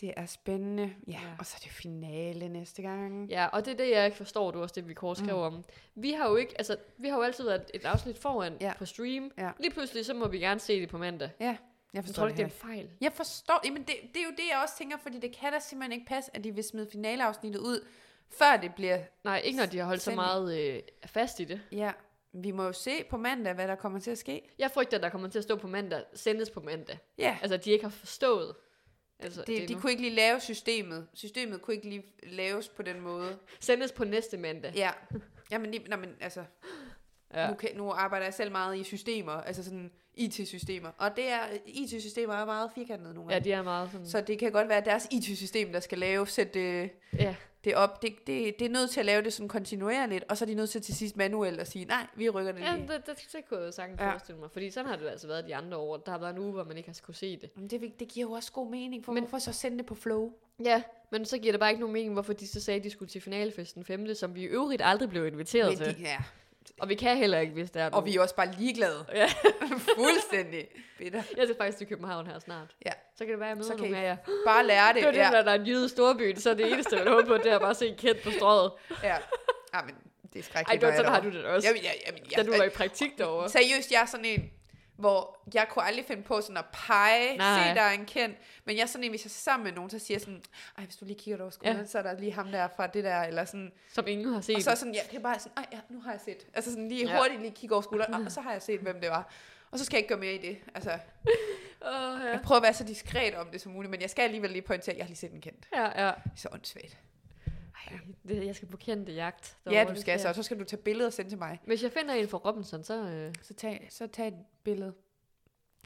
Det er spændende. Ja,
Ja.
og så er det finale næste gang.
Ja, og det er det, jeg ikke forstår, du også det, vi kort skrev mm. om. Vi har jo ikke, altså, vi har jo altid været et afsnit foran
Ja.
ja. på stream.
Ja.
Lige pludselig, så må vi gerne se det på mandag.
Ja, jeg
Jeg
forstår
tror du
det
ikke, det
heller
er en
ikke.
fejl.
Jeg forstår... Jamen, det, det er jo det, jeg også tænker, fordi det kan da simpelthen ikke passe, at de vil smide finaleafsnittet ud, før det bliver...
Nej, ikke når de har holdt så
Send-
meget øh, fast i det.
Ja, vi må jo se på mandag, hvad der kommer til at ske.
Jeg frygter, at der kommer til at stå på mandag, sendes på mandag.
Ja,
Altså, at de ikke har forstået. Altså,
det, de
nu.
kunne ikke lige lave systemet. Systemet kunne ikke lige laves på den måde.
Sendes på næste mandag.
Ja, jamen, lige, nå, men altså, Ja. Nu, kan, nu arbejder jeg selv meget i systemer, altså sådan IT-systemer. Og det er, IT-systemer er meget firkantede nogle
ja
gange.
de er meget sådan...
Så det kan godt være, at deres IT-system, der skal lave, sætte øh, det,
Ja.
det op. Det, det, det er nødt til at lave det sådan kontinuerligt, og så er de nødt til til sidst manuelt at sige, nej, vi rykker det
Ja,
lige.
det, det, det kunne jeg jo sagtens
Ja.
ja. forestille mig. Fordi sådan har det jo altså været de andre år. Der har været en uge, hvor man ikke har skulle se det.
Men det, det giver jo også god mening, for Men,
Men-
hvorfor så sende det på flow?
Ja, men så giver det bare ikke nogen mening, hvorfor de så sagde, at de skulle til finalefesten 5., som vi i øvrigt aldrig blev inviteret
Men
til.
de, ja.
Og vi kan heller ikke, hvis der er
Og
nogen.
vi er også bare ligeglade.
Ja.
Fuldstændig. Bitter.
Jeg skal faktisk til København her snart.
Ja.
Så kan det være, at jeg
Så
møder
kan
nogle
I
af jer.
Bare lære
Det er
det.
det,
Ja,
når der er en jyde i storbyen, så er det eneste, jeg håber på, det er bare at se Kent på strøget.
ja. Ej, men det er
Ej,
skrækkeligt.
du, sådan har du det da også,
Jamen, ja, jamen, ja,
da du var i praktik derovre.
Seriøst, jeg er sådan en, hvor jeg kunne aldrig finde på sådan at pege, Nej.
Nej.
se der er en kendt, men jeg er sådan en, hvis jeg er sammen med nogen, så siger jeg sådan, ej, hvis du lige kigger over skulderen, ja. så er der lige ham der fra det der, eller sådan,
Som ingen har set.
og så er sådan, ja, det er bare sådan, ej, ja, nu har jeg set, altså sådan lige ja.
Ja.
hurtigt lige kigge over skulderen, "Ah, og så har jeg set, hvem det var, og så skal jeg ikke gøre mere i det, altså,
Åh, ja.
jeg prøver at være så diskret om det som muligt, men jeg skal alligevel lige pointere, at jeg har lige set en kendt,
Ja, ja.
så åndssvagt.
Ej, det, jeg skal på kendte jagt.
Ja,
derovre,
du
det
skal så,
jeg.
og så skal du tage billeder og sende til mig,
Hvis jeg finder en fra Robinson, så øh,
så tag, så tag et billede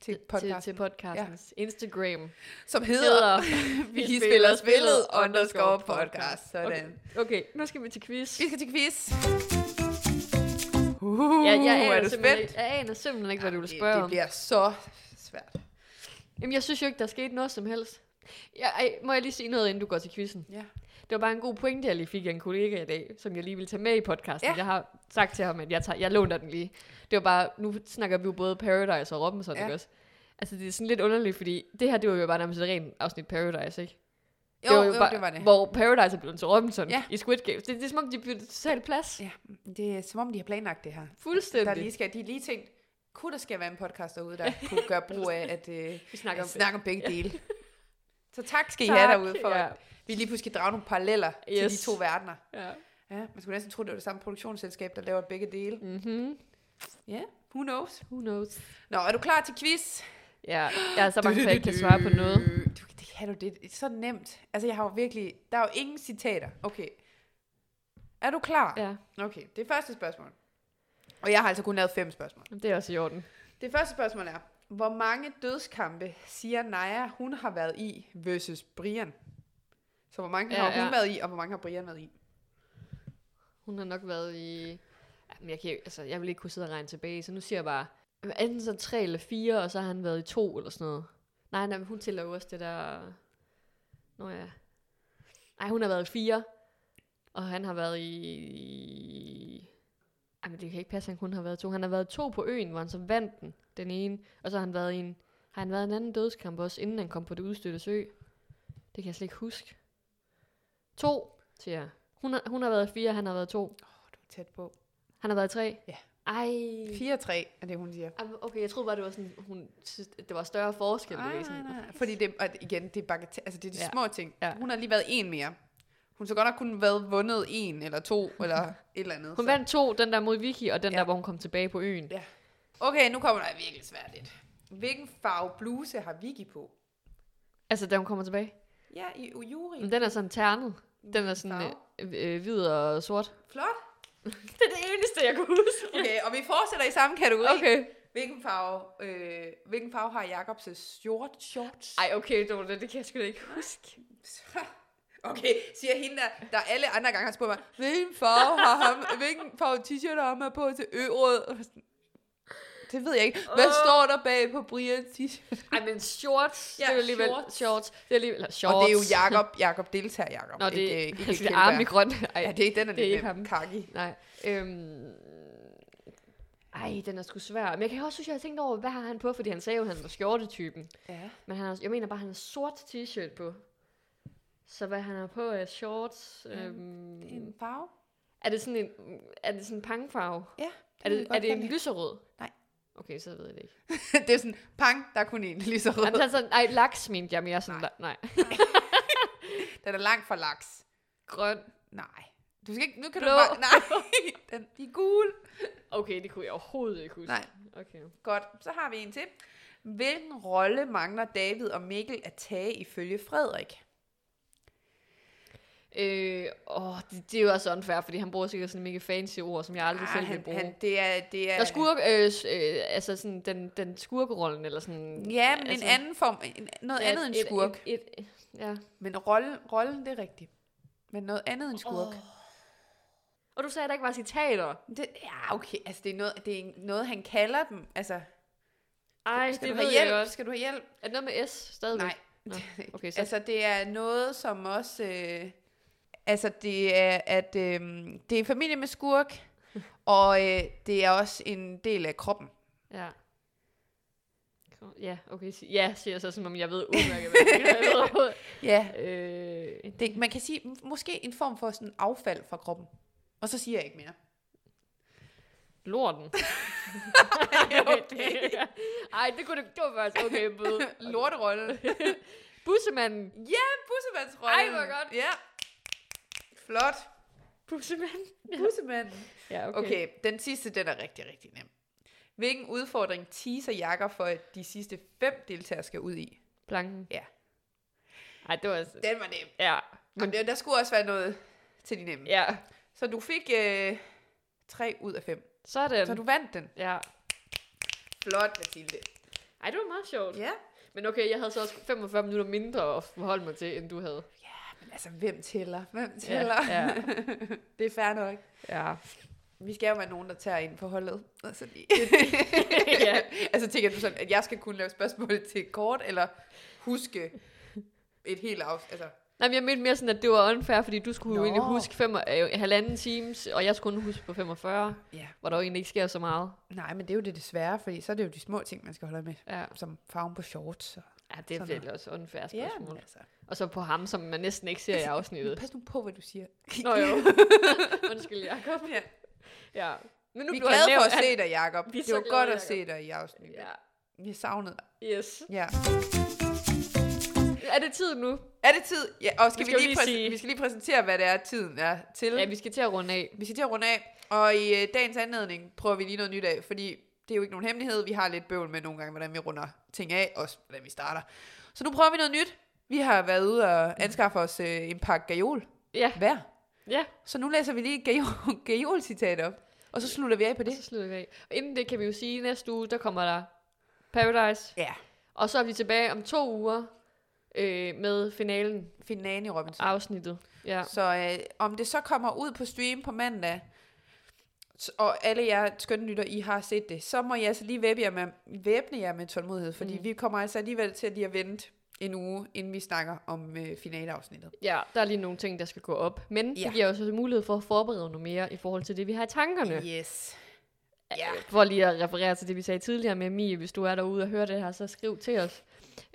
til
til,
podcasten,
til podcastens ja. Instagram
som hedder
hedder
Vi spiller spillet underscore podcast. Sådan.
Okay. okay, nu skal vi til quiz.
Vi skal til quiz. Uh,
Ja, jeg aner,
er
simpelthen
du spændt?
ikke, jeg aner simpelthen ikke, hvad du vil
Det-
spørge
det,
om.
bliver så svært.
Jamen, jeg synes jo ikke, der skete noget som helst. Jeg, ej, må jeg lige sige noget, inden du går til quizzen?
Ja.
Det var bare en god pointe, jeg lige fik af en kollega i dag, som jeg lige ville tage med i podcasten.
Ja.
Ja. Jeg har sagt til ham, at jeg, tager, jeg låner den lige. Det var bare, nu snakker vi jo både Paradise og Robinson,
Ja.
ja. ikke også? Altså, det er sådan lidt underligt, fordi det her, det var jo bare nærmest et rent afsnit Paradise, ikke?
Jo, det var, jo, bare, det var det.
Hvor Paradise er blevet til Robinson
Ja.
ja. i Squid Games. Det, det er som om, de byttede totalt plads.
Ja, det er som om, de har planlagt det her. Der
Fuldstændig.
lige skal, de har lige tænkt, kunne der skal være en podcast derude, der kunne gøre brug af at øh,
Vi snakker om
snakke om begge dele. Så tak skal I
Tak,
have derude for,
ja.
ja. vi lige pludselig drager nogle paralleller yes. til
Yes.
de to verdener.
Ja.
Ja, man skulle næsten tro, det var det samme produktionsselskab, der laver begge dele.
Mm-hmm.
Ja, yeah, who knows?
Who knows?
Nå, er du klar til quiz?
Ja, jeg er så bange for, at jeg ikke kan svare på noget.
Du, det kan du, det er så nemt. Altså, jeg har jo virkelig, der er jo ingen citater. Okay. Er du klar?
Ja,
Okay, det er første spørgsmål. Og jeg har altså kun lavet fem spørgsmål.
det er også i orden.
Det første spørgsmål er, hvor mange dødskampe siger Naja, hun har været i versus Brian? Så hvor mange
Ja,
ja, har hun
ja.
ja. været i, og hvor mange har Brian været i?
Hun har nok været i... Jamen, jeg, kan, jo- altså, jeg vil ikke kunne sidde og regne tilbage, så nu siger jeg bare... Enten så tre eller fire, og så har han været i to eller sådan noget. Nej, nej, men hun tæller jo også det der... Nå ja. Nej, hun har været i fire, og han har været i... Jamen, det kan ikke passe, at han kun har været i to. Han har været i to på øen, hvor han så vandt den, den ene. Og så har han været i en... Har han været i en anden dødskamp også, inden han kom på det udstøtte sø? Det kan jeg slet ikke huske. To, siger jeg. Hun har, hun har været i fire, han har været i to.
Åh, du er tæt på.
Han har været i tre?
Ja.
Ej.
4-3 er det, hun siger.
Ej, men Okay, jeg troede bare, det var sådan, hun synes, at det var større forskel.
Nej,
det var
nej,
sådan,
nej. Fordi det, og igen, det er, bagat- altså det er de
Ja.
ja. små ting.
Ja.
Ja. Hun har lige været en mere. Hun så godt nok kun været vundet en eller to, eller et eller andet.
Hun
så.
vandt to, den der mod Vicky, og den
Ja.
der, hvor hun kom tilbage på øen.
Ja. Okay, nu kommer der virkelig svært lidt. Hvilken farve bluse har Vicky på?
Altså, da hun kommer tilbage.
Ja, i Ujuri.
Men den er sådan ternet. Den er sådan
Farve.
øh, øh, hvid og sort.
Flot.
Det er det eneste, jeg kunne huske.
Okay, og vi fortsætter i samme kategori.
Okay.
Hvilken farve, øh, hvilken farve har Jacobs øh, short shorts?
Ej, okay, Dorte, det kan jeg sgu da ikke huske.
Okay, siger hende der, der alle andre gange har spurgt mig, hvilken farve har ham, hvilken farve t-shirt har ham på til ørød? Det ved jeg ikke. Hvad
Åh.
står der bag på Brians t-shirt?
Ej, men shorts.
Ja,
det er jo alligevel
shorts.
shorts. Det er alligevel, eller shorts.
Og det er jo Jakob, Jakob deltager Jakob.
Nå, det,
ikke,
ikke,
øh,
ikke, ikke
Kjellberg.
armen i grøn. Ej,
Ja, det er den er
det er
lidt
ikke
nem.
ham.
Kaki.
Nej. Øhm... Ej, den er sgu svær. Men jeg kan også synes, jeg har tænkt over, hvad har han på? Fordi han sagde jo, at han var skjortetypen.
Ja.
Men han har, jeg mener bare, han har sort t-shirt på. Så hvad han har på er shorts. Øhm,
En farve?
er det sådan en, er det sådan en pangfarve?
Ja.
Er
kan
det,
vi
er
godt
det en
kalde
lyserød?
Nej.
Okay, så ved jeg det ikke.
det er sådan, pang, der er kun en lige så rød.
Jamen, så er det sådan, ej, laks mente jeg mere sådan, nej. nej.
Den er langt fra laks.
Grøn.
Nej. Du skal ikke, nu kan
Blå.
du bare, nej, den, de er gule.
Okay, det kunne jeg overhovedet ikke huske.
Nej.
Okay.
Godt, så har vi en til. Hvilken rolle mangler David og Mikkel at tage ifølge Frederik?
Øh, åh, det, det, er jo også unfair, fordi han bruger sikkert sådan mega fancy ord, som jeg aldrig
Ah,
selv vil
han,
bruge.
han, det er, det er,
Der skurk, øh, s- øh, altså sådan den, den skurkerollen, eller sådan...
Ja, men
altså,
en anden form, en, noget
ja,
andet end
et-
skurk.
Et, et, et, ja.
Men rollen, rollen, det er rigtigt. Men noget andet end skurk.
Og du sagde, at der ikke var citater.
Det, ja, okay, altså det er, noget, det er noget, han kalder dem. Altså,
Ej,
skal,
det
du have
ved
hjælp?
jeg også.
skal du have hjælp?
Er det noget med S stadigvæk?
Nej.
Nå, okay, så-
altså, det er noget, som også... Øh, altså, det er, at øh, det er en familie med skurk, og øh, det er også en del af kroppen.
Ja. Kom- Ja, okay. sig- Ja, siger jeg så, som om jeg ved udmærket, hvad det er. Jeg ved overhovedet-
Ja,
øh, en-
det, man kan sige, m- måske en form for sådan affald fra kroppen. Og så siger jeg ikke mere.
Lorten.
okay.
Ej, det kunne det, det var faktisk okay. Bøde.
Lorterolle.
Bussemanden.
ja, bussemandsrolle.
Ej, hvor godt.
Ja. Flot.
Bussemanden.
Bussemand.
Ja, okay.
Okay, den sidste, den er rigtig, rigtig nem. Hvilken udfordring teaser Jakob for, at de sidste fem deltagere skal ud i?
Planken.
Ja.
Ej, det var altså...
Den var nem.
Ja.
Men der, der skulle også være noget til de nemme. Ja.
Ja.
Så du fik øh, 3 ud af 5.
Sådan.
Så du vandt den.
Ja.
Flot, Mathilde.
Ej, det var meget sjovt.
Ja.
Men okay, jeg havde så også 45 minutter mindre at forholde mig til, end du havde.
Men altså, hvem tæller? Hvem tæller?
Ja, ja.
det er fair nok.
Ja.
Vi skal jo være nogen, der tager ind på holdet. Altså, lige.
ja.
altså tænker du sådan, at jeg skal kunne lave spørgsmål til kort, eller huske et helt afsnit? Altså,
Nej, men jeg mente mere sådan, at det var unfair, fordi du skulle jo
Nå.
egentlig huske fem, øh, halvanden times, og jeg skulle kun huske på 45,
ja.
hvor der jo egentlig ikke sker så meget.
Nej, men det er jo det desværre, fordi så er det jo de små ting, man skal holde med.
Ja,
Som farven på shorts. Og...
ja det er
Sådan.
virkelig også unfair spørgsmål.
altså.
Og så på ham, som man næsten ikke ser i afsnittet.
Pas nu på, hvad du siger.
Nå jo. Undskyld, Jacob.
Ja.
Ja. Men nu
Vi er
blev han
glade for
nævnt,
at
han-
se dig, Jacob.
Vi er
Det
så
var
glade,
godt at
Jacob.
se dig i afsnittet.
Ja.
Jeg savnede dig.
Yes.
Ja.
Er det tid nu?
Er det tid? Ja, og skal vi,
skal jo
lige
lige
præs-
sige-
vi skal lige præsentere, hvad det er, tiden er til.
Ja, vi skal til at runde af.
Vi skal til at runde af, og i øh, dagens anledning prøver vi lige noget nyt af, fordi det er jo ikke nogen hemmelighed. Vi har lidt bøvl med nogle gange, hvordan vi runder ting af, også hvordan vi starter. Så nu prøver vi noget nyt. Vi har været ude og anskaffe os øh, en pakke gajol
Ja,
hver.
ja.
Så nu læser vi lige gajol, gajol-citat op, og så slutter vi af på
Og
det.
så slutter vi af. Og inden det kan vi jo sige, at næste uge, der kommer der Paradise.
Ja,
Og så er vi tilbage om to uger øh, med finalen,
finalen i Robinson.
afsnittet. Ja.
Så øh, om det så kommer ud på stream på mandag, s- og alle jer skønne lytter, I har set det, så må jeg altså lige væbne jer med, væbne jer med tålmodighed, fordi mm.
Mm.
vi kommer altså alligevel til lige at vente en uge, inden vi snakker om øh, finaleafsnittet.
ja, der er lige nogle ting, der skal gå op. Men ja.
Ja.
det giver os også mulighed for at forberede noget mere i forhold til det, vi har i tankerne.
Yes. Ja.
Øh, For lige at referere til det, vi sagde tidligere med Mie, hvis du er derude og hører det her, så skriv til os.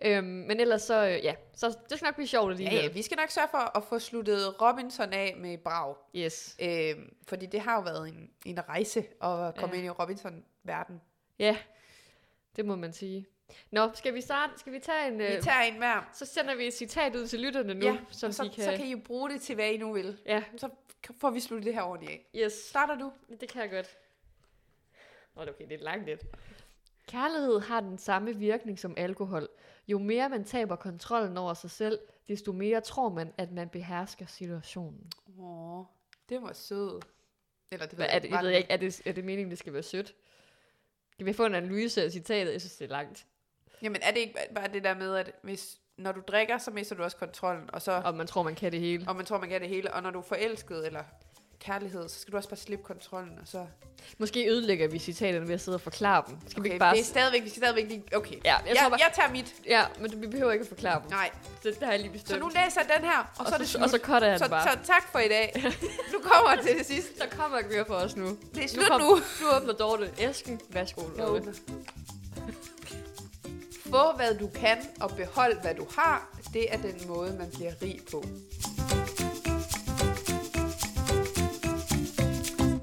Øhm, men ellers så, øh, ja, så det skal nok blive sjovt
Ja,
alligevel.
ja, vi skal nok sørge for at få sluttet Robinson af med brag.
Yes.
Øh, fordi det har jo været en, en rejse at komme
Ja.
ja. ind i Robinson-verden.
Ja, det må man sige. Nå, skal vi starte? Skal vi tage en...
Vi
Øh,
tager en hver.
så sender vi et citat ud til lytterne nu,
Ja,
som
og så,
de kan...
så kan I jo bruge det til, hvad I nu vil.
Ja,
Så får vi sluttet det her ordentligt af.
yes.
Starter du?
Det kan jeg godt. Nå, det er okay, det er langt lidt. Kærlighed har den samme virkning som alkohol. Jo mere man taber kontrollen over sig selv, desto mere tror man, at man behersker situationen.
Åh, det var sød. Eller det
Hvad er det, jeg ved jeg ikke, er det, er det meningen, det skal være sødt? Kan vi få en analyse af citatet? Jeg synes, det er langt.
Jamen er det ikke bare det der med, at hvis, når du drikker, så mister du også kontrollen, og, så,
Og man tror, man kan det hele.
og man tror, man kan det hele, og når du er forelsket eller kærlighed, så skal du også bare slippe kontrollen, og så...
Måske ødelægger vi citaterne ved at sidde og forklare dem. Skal vi
Okay,
ikke bare...
det er stadigvæk, vi skal stadigvæk lige... Okay,
Ja, jeg
jeg,
tror
jeg,
bare-
jeg tager mit.
Ja, men vi behøver ikke at forklare dem.
Nej,
Det, det har jeg lige
så
bestemt.
nu læser jeg den her, og,
og,
så er det
og
slut.
så cutter jeg
så,
den bare.
så, tak for i dag. nu kommer jeg til det sidste.
Så kommer ikke mere for os nu.
Det er slut
kom-
nu.
Nu åbner Dorte æsken. Værsgo,
Jeg
Dorte.
åbner. Få hvad du kan, og behold hvad du har. Det er den måde, man bliver rig på.